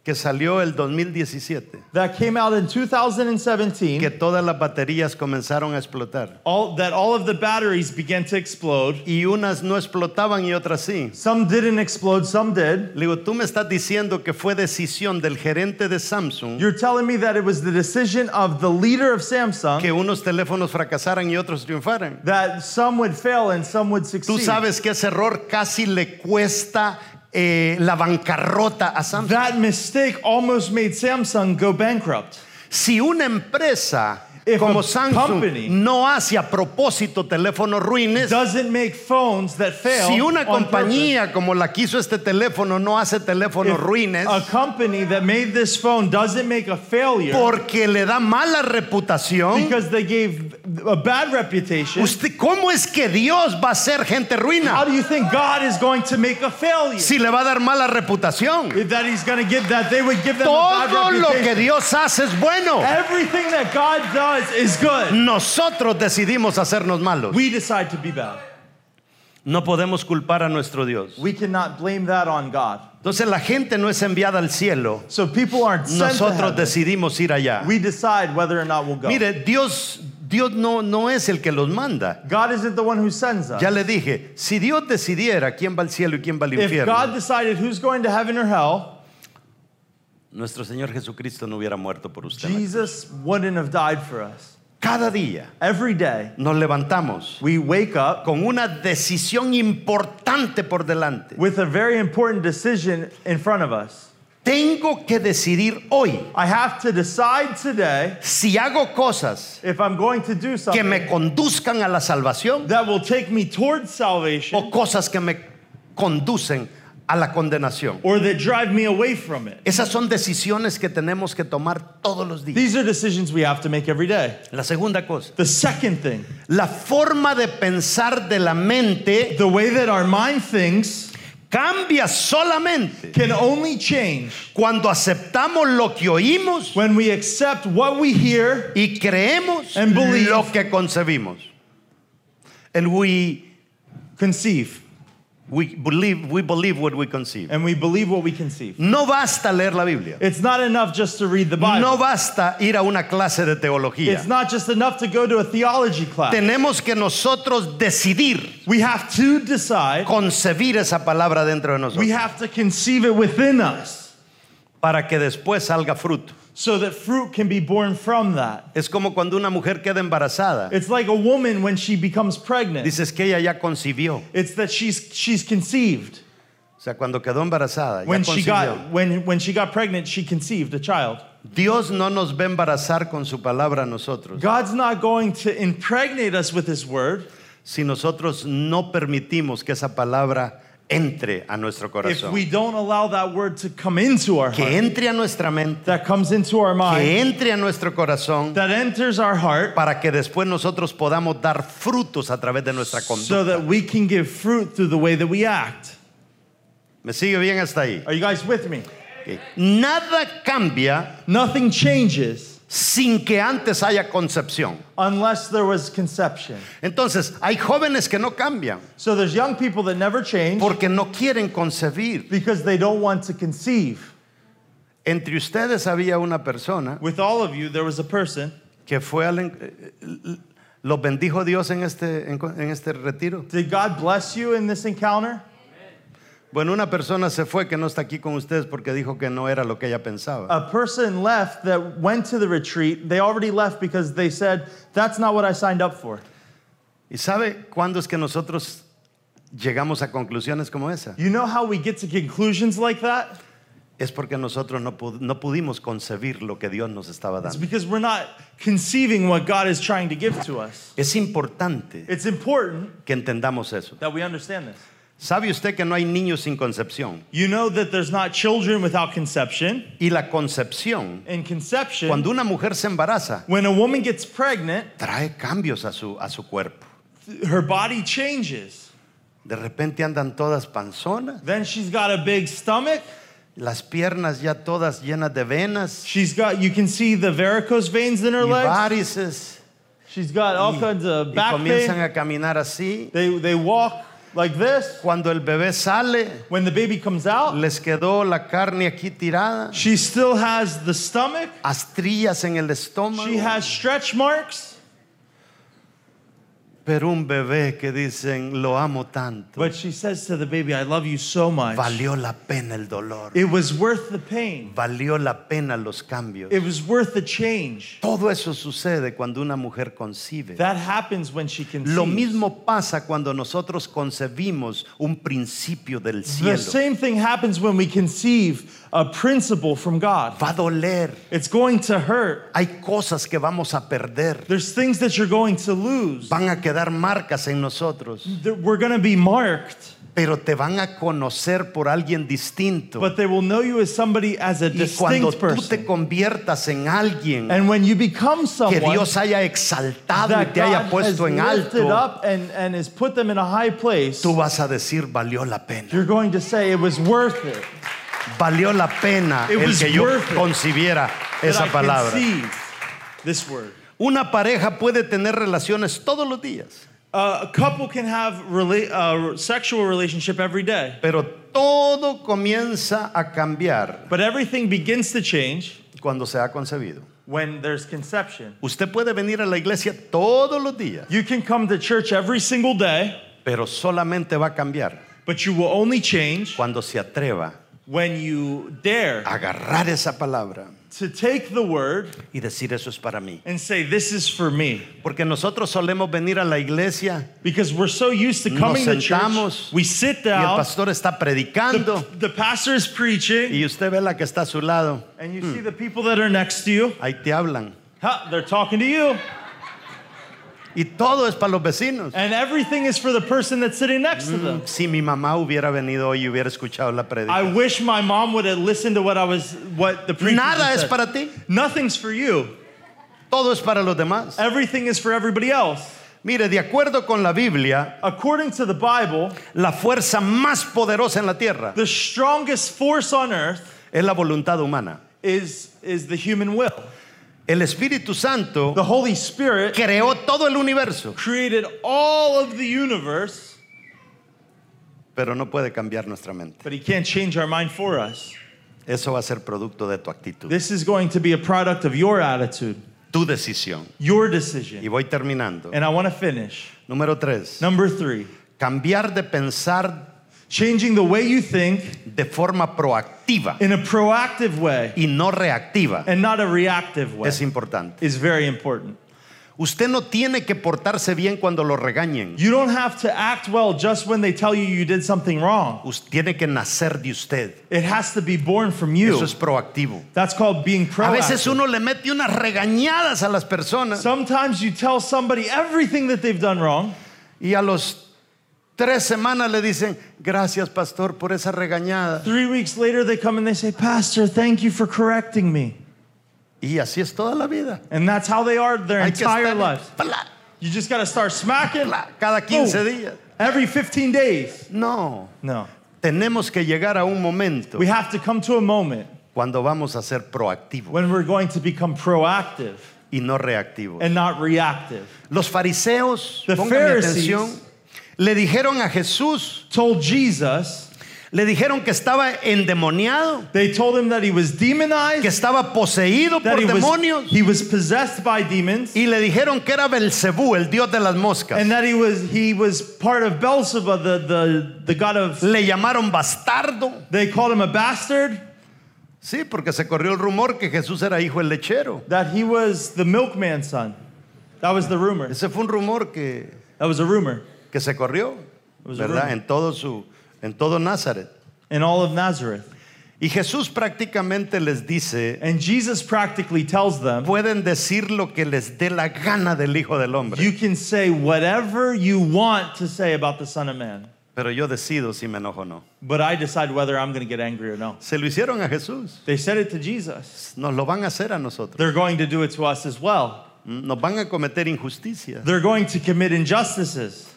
B: que salió el 2017,
C: that came out in 2017
B: que todas las baterías comenzaron a explotar?
C: all, that all of the batteries began to explode.
B: Y unas no explotaban y otras sí.
C: Some didn't explode, some did.
B: Le digo, tú me estás diciendo que fue decisión del gerente de Samsung
C: You're telling me that it was the decision of the leader of Samsung
B: que unos teléfonos fracasaran y otros triunfaran.
C: that some would fail and some would
B: Tú
C: succeed.
B: sabes que ese error casi le cuesta eh, la bancarrota a Samsung.
C: that mistake almost made Samsung go bankrupt.
B: Si una empresa
C: If
B: como
C: a
B: Samsung
C: company-
B: no hace a propósito teléfonos ruines,
C: Doesn't make phones that fail.
B: si una
C: on purpose.
B: compañía como la quiso este teléfono no hace teléfonos
C: If
B: ruines,
C: a company that made this phone doesn't make a failure
B: porque le da mala reputación,
C: because they gave a bad reputation.
B: usted, ¿cómo es que Dios va a ser gente
C: How
B: ruina
C: do you think God is going to make a failure?
B: si le va a dar mala reputación?
C: that He's going to give that they would give them a
B: Todo
C: bad
B: lo
C: reputation.
B: que Dios hace es bueno.
C: Everything that God does is good.
B: Nosotros decidimos hacernos malos.
C: We decide to be bad.
B: No podemos culpar a nuestro Dios.
C: We cannot blame that on God.
B: Entonces la gente no es enviada al cielo.
C: So people aren't sent to
B: Nosotros
C: heaven.
B: decidimos ir allá.
C: We decide whether or not we'll go.
B: Mire, Dios, Dios no, no es el que los manda.
C: God isn't the one who sends us.
B: Ya le dije, si Dios decidiera quién va al cielo y quién va al
C: If
B: infierno,
C: God decided who's going to heaven or hell,
B: nuestro Señor Jesucristo no hubiera muerto por usted.
C: Jesus wouldn't have died for us.
B: Cada día
C: Every day,
B: nos levantamos
C: we wake up
B: con una decisión importante por delante.
C: with a very important decision in front of us.
B: Tengo que decidir hoy
C: I have to decide today
B: si hago cosas
C: if I'm going to do
B: que
C: something
B: me conduzcan a la salvación
C: that will take me towards salvation
B: o cosas que me conducen a la condenación.
C: or that drive me away from it.
B: Esas son decisiones que tenemos que tomar todos los días.
C: These are decisions we have to make every day.
B: La segunda cosa,
C: The second thing,
B: la forma de pensar de la mente
C: the way that our mind thinks
B: cambia solamente
C: can only change
B: cuando aceptamos lo que oímos
C: when we accept what we hear
B: y creemos
C: And believe.
B: lo que concebimos. And we,
C: conceive
B: we, believe, we believe what we conceive.
C: and we believe what we conceive.
B: No basta leer la Biblia.
C: It's not enough just to read the
B: No
C: Bible.
B: basta ir a una clase de teología.
C: It's not just enough to go to a theology class.
B: Tenemos que nosotros decidir
C: We have to decide.
B: concebir esa palabra dentro de
C: We
B: nosotros
C: have to conceive it within us
B: para que después salga fruto.
C: so that fruit can be born from that.
B: Es como cuando una mujer queda embarazada.
C: It's like a woman when she becomes pregnant.
B: Dices que ella ya concibió.
C: It's that she's she's conceived.
B: sea, cuando quedó embarazada, ya
C: When she got
B: concibió.
C: when when she got pregnant, she conceived a child.
B: Dios no nos va a embarazar con su palabra a nosotros
C: God's not going to impregnate us with his word
B: si nosotros no permitimos que esa palabra entre a nuestro
C: if
B: corazón.
C: we don't allow that word to come into our
B: Que
C: heart.
B: entre a nuestra mente,
C: That comes into our mind,
B: que entre a nuestro corazón
C: that enters our heart
B: para que después nosotros podamos dar frutos a través de nuestra
C: so
B: conducta.
C: that we can give fruit through the way that we act.
B: ¿Me sigue bien hasta ahí?
C: Are you guys with me?
B: Ok. Nada cambia
C: Nothing changes
B: sin que antes haya concepción.
C: unless there was conception.
B: Entonces, hay jóvenes que no cambian
C: So there's young people that never change
B: porque no quieren concebir.
C: because they don't want to conceive.
B: Entre ustedes había una persona
C: With all of you, there was a person.
B: que fue al... en- eh, eh, Los bendijo Dios en este, en, en este retiro.
C: Did God bless you in this encounter?
B: Bueno, una persona se fue que no está aquí con ustedes porque dijo que no era lo que ella pensaba.
C: A person left that went to the retreat. They already left because they said, That's not what I signed up for.
B: ¿Y sabe cuándo es que nosotros llegamos a conclusiones como esa?
C: You know how we get to conclusions like that?
B: Es porque nosotros no, pu- no pudimos concebir lo que Dios nos estaba
C: It's
B: dando.
C: because we're not conceiving what God is trying to give to us.
B: Es importante
C: It's important
B: que entendamos eso.
C: that we understand this.
B: ¿Sabe usted que no hay niños sin concepción?
C: You know that there's not children without conception.
B: Y la concepción,
C: And conception,
B: cuando una mujer se embaraza,
C: when a woman gets pregnant,
B: trae cambios a su, a su cuerpo.
C: th- her body changes.
B: De repente andan todas panzonas,
C: Then she's got a big stomach.
B: las piernas ya todas llenas de venas
C: She's got, you can see the varicose veins in her
B: y
C: legs.
B: varices.
C: She's got all kinds of
B: Y
C: back
B: comienzan
C: pain.
B: a caminar así.
C: They, they walk like this.
B: Cuando el bebé sale,
C: When the baby comes out,
B: les quedó la carne aquí tirada,
C: she still has the stomach.
B: astrillas en el estómago.
C: She has stretch marks.
B: Pero un bebé que dicen, lo amo tanto,
C: But she says to the baby, I love you so much.
B: valió la pena el dolor,
C: It was worth the pain.
B: valió la pena los cambios.
C: It was worth the change.
B: Todo eso sucede cuando una mujer concibe.
C: That happens when she conceives.
B: Lo mismo pasa cuando nosotros concebimos un principio del
C: The
B: cielo.
C: same thing happens when we conceive a principle from God.
B: Va a doler.
C: It's going to hurt.
B: Hay cosas que vamos a perder.
C: There's things that you're going to lose.
B: Van a quedar marcas en nosotros,
C: That We're going to be marked,
B: pero te van a conocer por alguien distinto.
C: but they will know you as somebody as a
B: Y cuando
C: distinct
B: tú te
C: person.
B: conviertas en alguien
C: And when you become
B: que
C: someone
B: Dios haya exaltado y
C: that
B: te haya
C: God has
B: puesto en
C: lifted
B: alto,
C: up and, and has put them in a high place,
B: tú vas a decir valió la pena.
C: you're going to say it was worth it.
B: Valió la pena
C: It
B: el
C: was
B: que yo
C: worth it
B: concibiera esa
C: that I
B: palabra.
C: conceived this word.
B: Una pareja puede tener relaciones todos los días,
C: Uh, a couple can have rela- uh, sexual relationship every day,
B: pero todo comienza a cambiar
C: but everything begins to change
B: cuando se ha concebido.
C: when there's conception.
B: Usted puede venir a la iglesia todos los días,
C: You can come to church every single day,
B: pero solamente va a cambiar
C: but you will only change
B: cuando se atreva
C: when you dare
B: a agarrar esa palabra
C: to take the word
B: y decir eso es para mí.
C: and say, "This is for me."
B: Porque nosotros solemos venir a la iglesia
C: Because we're so used to
B: Nos
C: coming to
B: sentamos
C: church, we sit
B: y el
C: down.
B: pastor está predicando
C: The, the pastor is preaching,
B: y Hmm. usted ve la que está a su lado,
C: and you see the people that are next to you.
B: ahí te hablan.
C: Huh, they're talking to you.
B: Y todo es para los vecinos.
C: And everything is for the person that's sitting next to them.
B: Si mi mamá hubiera venido hoy y hubiera escuchado la
C: I
B: predicación.
C: wish my mom would have listened to what I was, what the preacher
B: Nada
C: said.
B: es para ti,
C: Nothing's for you.
B: todo es para los demás.
C: Everything is for everybody else.
B: Mire, de acuerdo con la Biblia,
C: According to the Bible,
B: la fuerza más poderosa en la tierra
C: the strongest force on earth
B: es la voluntad humana.
C: is is the human will.
B: El Espíritu Santo
C: The Holy Spirit
B: creó todo el universo,
C: created all of the universe,
B: pero no puede cambiar nuestra mente.
C: but he can't change our mind for us.
B: Eso va a ser producto de tu actitud,
C: This is going to be a product of your attitude,
B: tu decisión.
C: your
B: Y
C: decision.
B: voy terminando.
C: And I want to finish.
B: Número tres,
C: Number 3,
B: cambiar de pensar
C: changing the way you think
B: de forma proactiva
C: in a proactive way
B: y no reactiva
C: and not a reactive way
B: es importante.
C: is very important.
B: Usted no tiene que portarse bien cuando lo regañen.
C: You don't have to act well just when they tell you you did something wrong.
B: Us- tiene que nacer de usted.
C: It has to be born from you.
B: Eso es proactivo.
C: That's called being
B: A veces
C: proactive.
B: uno le mete unas regañadas a las personas
C: Sometimes you tell somebody everything that they've done wrong,
B: y a los tres semanas le dicen, gracias pastor por esa regañada.
C: Three weeks later, they come and they say, Pastor, thank you for correcting me.
B: Y así es toda la vida.
C: And that's how they are their
B: Hay que
C: entire
B: estar
C: life.
B: pla,
C: You just got to start smacking
B: pla, cada 15
C: Boom.
B: días.
C: every 15 days.
B: No,
C: No.
B: tenemos que llegar a un momento
C: We have to come to a moment
B: cuando vamos a ser proactivos
C: when we're going to become proactive
B: y no reactivos.
C: and not reactive.
B: Los fariseos,
C: The
B: pongan
C: Pharisees-
B: atención, le dijeron a Jesús,
C: Told Jesus,
B: le dijeron que estaba endemoniado,
C: they told him that he was
B: que
C: demonized,
B: estaba poseído
C: that
B: por
C: he was,
B: demonios
C: he was possessed by demons,
B: y le dijeron que era Belcebú, el dios de las moscas.
C: and that he was he was part of Beelzebub, the, the, the god of.
B: Le llamaron bastardo.
C: They called him a bastard,
B: Sí, porque se corrió el rumor que Jesús era hijo del lechero.
C: that he was the milkman's son. That was the rumor.
B: Ese fue un rumor que,
C: That was a rumor
B: que se corrió,
C: was a
B: ¿verdad?
C: rumor.
B: En todo su en todo Nazaret.
C: in all of Nazareth.
B: Y Jesús prácticamente les dice,
C: And Jesus practically tells them,
B: pueden decir lo que les dé la gana del Hijo del Hombre,
C: You can say whatever you want to say about the Son of Man,
B: pero yo decido si me enojo o no.
C: but I decide whether I'm going to get angry or no.
B: Se lo hicieron a Jesús,
C: They said it to Jesus.
B: nos lo van a hacer a nosotros. Mm,
C: They're going to do it to us as well.
B: Nos van a cometer injusticia.
C: They're going to commit injustices.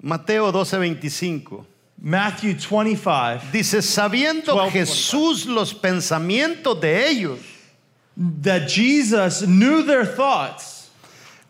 B: Mateo 12:25
C: Matthew 25,
B: dice, sabiendo
C: 12:25.
B: Jesús los pensamientos de ellos,
C: that Jesus knew their thoughts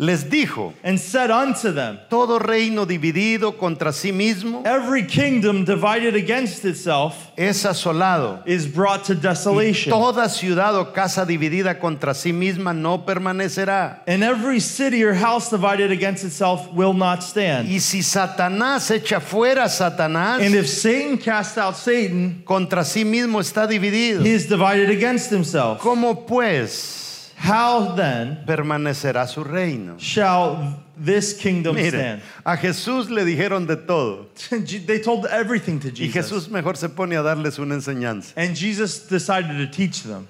B: les dijo,
C: and said unto them,
B: todo reino dividido contra sí mismo
C: Every kingdom divided against itself
B: es asolado.
C: is brought to
B: Y
C: desolation.
B: toda ciudad o casa dividida contra sí misma no permanecerá.
C: And every city or house divided against itself will not stand.
B: Y si Satanás echa fuera a Satanás,
C: And if Satan cast out Satan,
B: contra sí mismo está dividido.
C: he is divided against himself.
B: ¿Cómo pues
C: How then
B: permanecerá su reino?
C: shall this kingdom
B: Mire,
C: stand?
B: a Jesús le dijeron de todo.
C: they told everything to
B: Y
C: Jesus.
B: Jesús mejor se pone a darles una enseñanza.
C: And Jesus decided to teach them.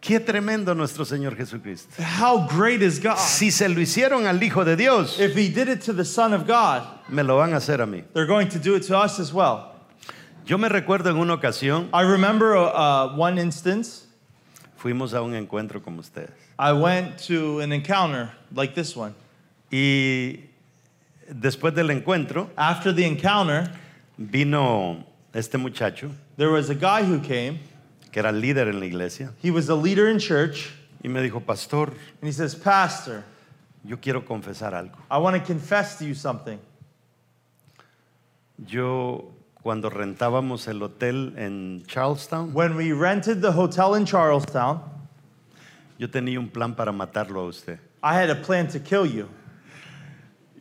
B: Qué tremendo nuestro Señor Jesucristo.
C: How great is God?
B: Si se lo hicieron al Hijo de Dios,
C: If he did it to the Son of God,
B: me lo van a hacer a mí.
C: they're going to do it to us as well.
B: Yo me recuerdo en una ocasión,
C: I remember uh, one instance.
B: fuimos a un encuentro como ustedes.
C: I went to an encounter like this one.
B: Y después del encuentro,
C: After the encounter,
B: vino este muchacho,
C: there was a guy who came.
B: que era líder en la iglesia,
C: He was a leader in church,
B: y me dijo, pastor,
C: and he says, Pastor,
B: yo quiero confesar algo.
C: I want to confess to you something.
B: Yo, cuando rentábamos el hotel en Charlestown,
C: When we rented the hotel in Charlestown,
B: yo tenía un plan para matarlo a usted.
C: I had a plan to kill you.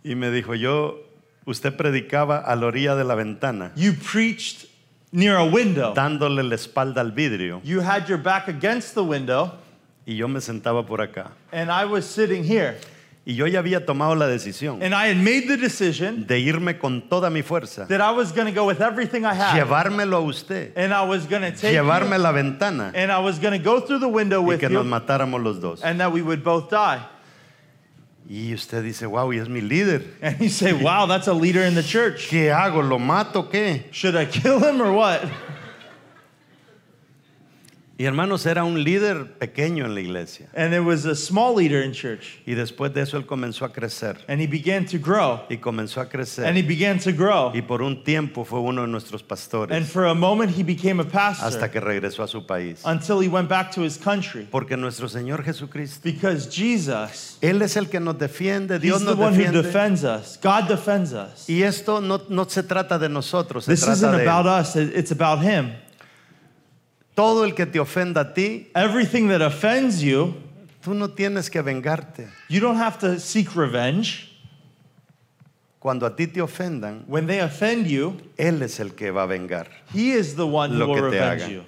B: Y me dijo, yo, usted predicaba a la orilla de la ventana,
C: You preached near a window.
B: dándole la espalda al vidrio,
C: You had your back against the window,
B: y yo me sentaba por acá.
C: and I was sitting here.
B: Y yo ya había tomado la decisión
C: And I had made the decision
B: de irme con toda mi fuerza,
C: that I was going to go with everything I had,
B: llevármelo a usted,
C: and I was going to take you,
B: llevarme a la ventana
C: and I was going to go through the window
B: y
C: with
B: que nos
C: you,
B: matáramos los dos.
C: and that we would both die.
B: Y usted dice, wow, y es mi líder.
C: And you say, wow, that's a leader in the church.
B: ¿Qué hago? ¿Lo mato qué?
C: Should I kill him or what?
B: Y hermanos, era un líder pequeño en la iglesia.
C: And it was a small leader in church.
B: Y después de eso él comenzó a crecer.
C: And he began to grow.
B: Y comenzó a
C: And he
B: crecer.
C: began to grow.
B: Y por un tiempo fue uno de nuestros pastores.
C: And for a moment, he became a
B: hasta
C: pastor
B: que regresó a su país.
C: until he went back to his country.
B: Porque nuestro Señor Jesucristo,
C: Because Jesus,
B: Él es el que nos defiende, Dios
C: he's the
B: nos
C: one who
B: defiende.
C: defends us. God defends us.
B: Y esto no, no se trata de nosotros, se
C: This isn't
B: trata de
C: about
B: Él.
C: us, it- it's about him.
B: todo el que te ofenda a ti,
C: Everything that offends you,
B: tú no tienes que vengarte.
C: you don't have to seek revenge.
B: Cuando a ti te ofendan,
C: When they offend you,
B: Él es el que va a vengar
C: he is the one who
B: lo
C: will
B: que te
C: revenge
B: hagan.
C: you.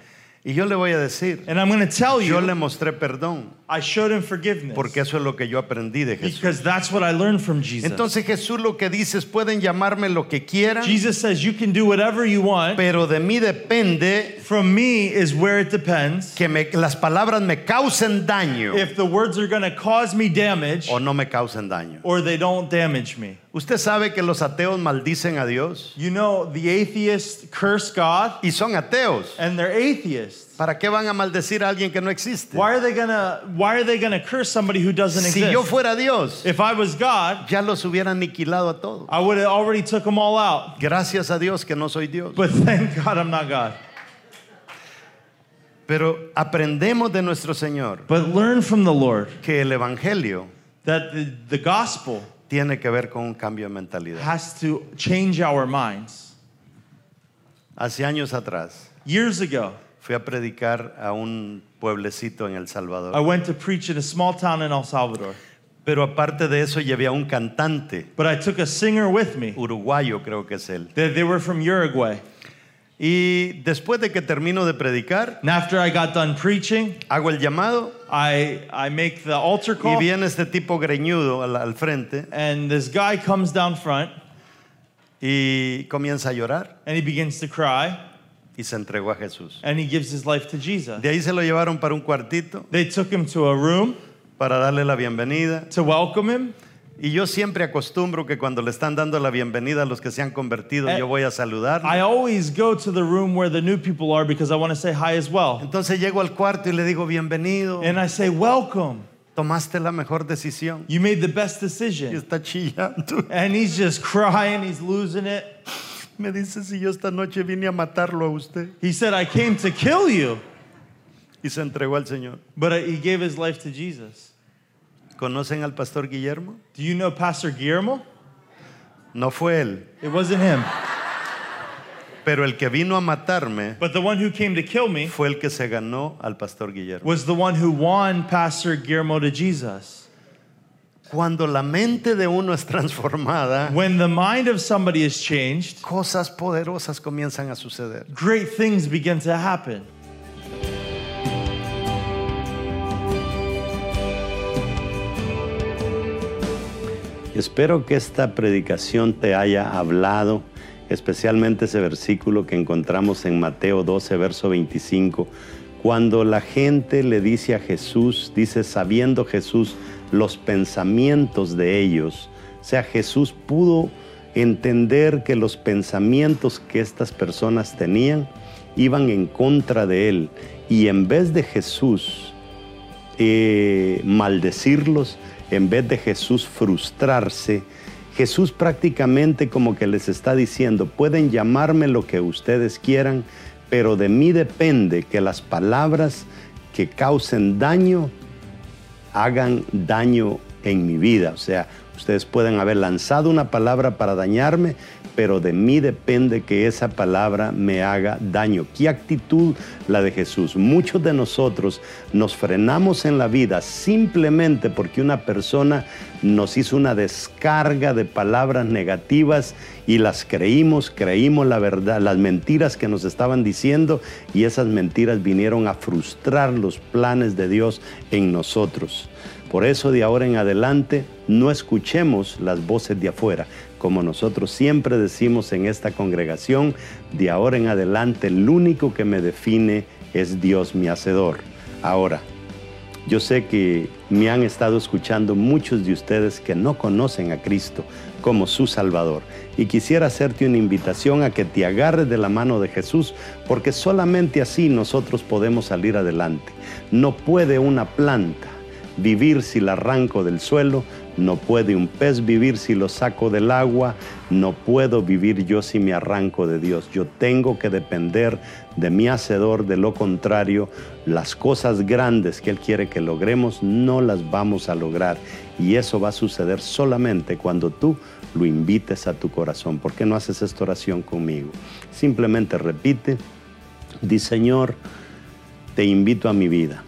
B: Y yo le voy a decir,
C: And I'm going to tell
B: yo le
C: you,
B: mostré perdón,
C: I showed him forgiveness
B: porque eso es lo que yo aprendí de Jesús.
C: because that's what I learned from Jesus.
B: Entonces Jesús lo que dice es, pueden llamarme lo que quieran,
C: Jesus says, You can do whatever you want.
B: pero de mí depende
C: From me is where it depends.
B: que me- las palabras me causen daño
C: If the words are going to cause me damage
B: o no me causen daño.
C: or they don't damage me.
B: Usted sabe que los ateos maldicen a Dios
C: You know, the atheists curse God
B: y son ateos.
C: and they're atheists.
B: ¿Para qué van a maldecir a alguien que no existe?
C: Why are they going to why are they going to curse somebody who doesn't
B: Si yo
C: exist?
B: fuera Dios,
C: If I was God,
B: ya los hubiera aniquilado a todos.
C: I would have already took them all out.
B: Gracias a Dios que no soy Dios.
C: But thank God I'm not God.
B: Pero aprendemos de nuestro Señor
C: But learn from the Lord
B: que el Evangelio
C: that the, the gospel
B: tiene que ver con un cambio de mentalidad.
C: has to change our minds.
B: Hace años atrás
C: Years ago,
B: fui a predicar a un pueblecito en El
C: I
B: Salvador.
C: went to preach in a small town in El Salvador,
B: Pero aparte de eso llevé a un cantante,
C: but I took a singer with me.
B: uruguayo creo que es él.
C: They, they were from Uruguay.
B: Y después de que termino de predicar,
C: And after I got done preaching,
B: hago el llamado
C: I, I make the altar
B: y
C: call,
B: viene este tipo greñudo al, al frente
C: and this guy comes down front
B: y comienza a llorar
C: and he begins to cry
B: y se entregó a Jesús.
C: and he gives his life to Jesus.
B: De ahí se lo llevaron para un cuartito
C: They took him to a room
B: para darle la bienvenida.
C: to welcome him.
B: Y yo siempre acostumbro que cuando le están dando la bienvenida a los que se han convertido,
C: Eh,
B: yo voy a saludar.
C: I always go to the room where the new people are because I want to say hi as well.
B: Entonces llego al cuarto y le digo, bienvenido,
C: And I say, Welcome.
B: tomaste la mejor decisión.
C: You made the best
B: Y
C: decision.
B: está chillando.
C: And he's just crying, he's losing it.
B: Me dice, si yo esta noche vine a matarlo a usted.
C: He said, I came to kill you.
B: Y se entregó al Señor.
C: But uh, he gave his life to Jesus.
B: ¿Conocen al pastor Guillermo?
C: Do you know Pastor Guillermo?
B: No fue él,
C: It wasn't him.
B: pero el que vino a matarme
C: But the one who came to kill me
B: fue el que se ganó al pastor Guillermo.
C: was the one who won Pastor Guillermo to Jesus.
B: Cuando la mente de uno es transformada,
C: When the mind of somebody is changed,
B: cosas poderosas comienzan a suceder.
C: great things begin to happen.
A: Espero que esta predicación te haya hablado, especialmente ese versículo que encontramos en Mateo 12, verso 25. Cuando la gente le dice a Jesús, dice, sabiendo Jesús los pensamientos de ellos, o sea, Jesús pudo entender que los pensamientos que estas personas tenían iban en contra de él. Y en vez de Jesús eh, maldecirlos, en vez de Jesús frustrarse, Jesús prácticamente como que les está diciendo, pueden llamarme lo que ustedes quieran, pero de mí depende que las palabras que causen daño hagan daño en mi vida. O sea, ustedes pueden haber lanzado una palabra para dañarme, pero de mí depende que esa palabra me haga daño. ¿Qué actitud la de Jesús? Muchos de nosotros nos frenamos en la vida simplemente porque una persona nos hizo una descarga de palabras negativas y las creímos, creímos la verdad, las mentiras que nos estaban diciendo y esas mentiras vinieron a frustrar los planes de Dios en nosotros. Por eso de ahora en adelante no escuchemos las voces de afuera. Como nosotros siempre decimos en esta congregación, de ahora en adelante el único que me define es Dios mi Hacedor. Ahora, yo sé que me han estado escuchando muchos de ustedes que no conocen a Cristo como su Salvador y quisiera hacerte una invitación a que te agarres de la mano de Jesús porque solamente así nosotros podemos salir adelante. No puede una planta vivir si la arranco del suelo, no puede un pez vivir si lo saco del agua, no puedo vivir yo si me arranco de Dios. Yo tengo que depender de mi hacedor, de lo contrario, las cosas grandes que Él quiere que logremos no las vamos a lograr. Y eso va a suceder solamente cuando tú lo invites a tu corazón. ¿Por qué no haces esta oración conmigo? Simplemente repite, di Señor, te invito a mi vida.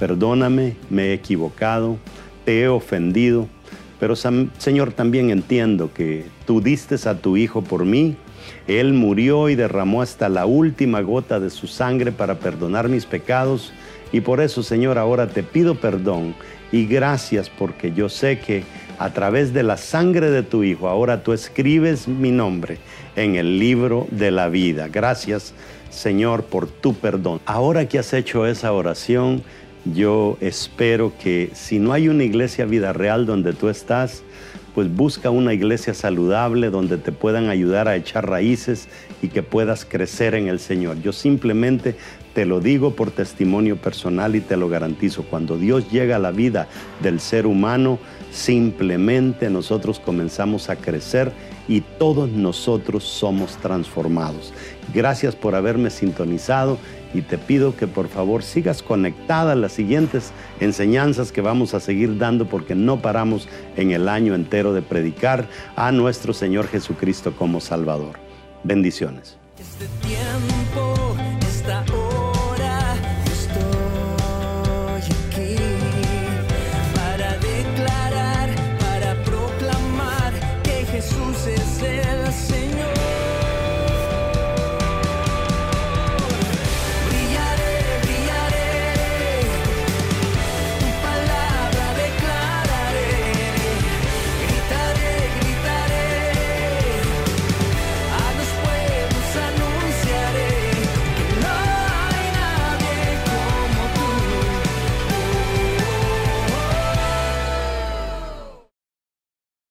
A: Perdóname, me he equivocado, te he ofendido, pero sam- Señor, también entiendo que tú diste a tu Hijo por mí Él murió y derramó hasta la última gota de su sangre para perdonar mis pecados. Y por eso, Señor, ahora te pido perdón y gracias porque yo sé que a través de la sangre de tu Hijo, ahora tú escribes mi nombre en el libro de la vida. Gracias, Señor, por tu perdón. Ahora que has hecho esa oración, yo espero que si no hay una iglesia vida real donde tú estás, pues busca una iglesia saludable donde te puedan ayudar a echar raíces y que puedas crecer en el Señor. Yo simplemente te lo digo por testimonio personal y te lo garantizo. Cuando Dios llega a la vida del ser humano, simplemente nosotros comenzamos a crecer y todos nosotros somos transformados. Gracias por haberme sintonizado y te pido que por favor sigas conectada a las siguientes enseñanzas que vamos a seguir dando porque no paramos en el año entero de predicar a nuestro Señor Jesucristo como Salvador. Bendiciones.
D: Es de tiempo.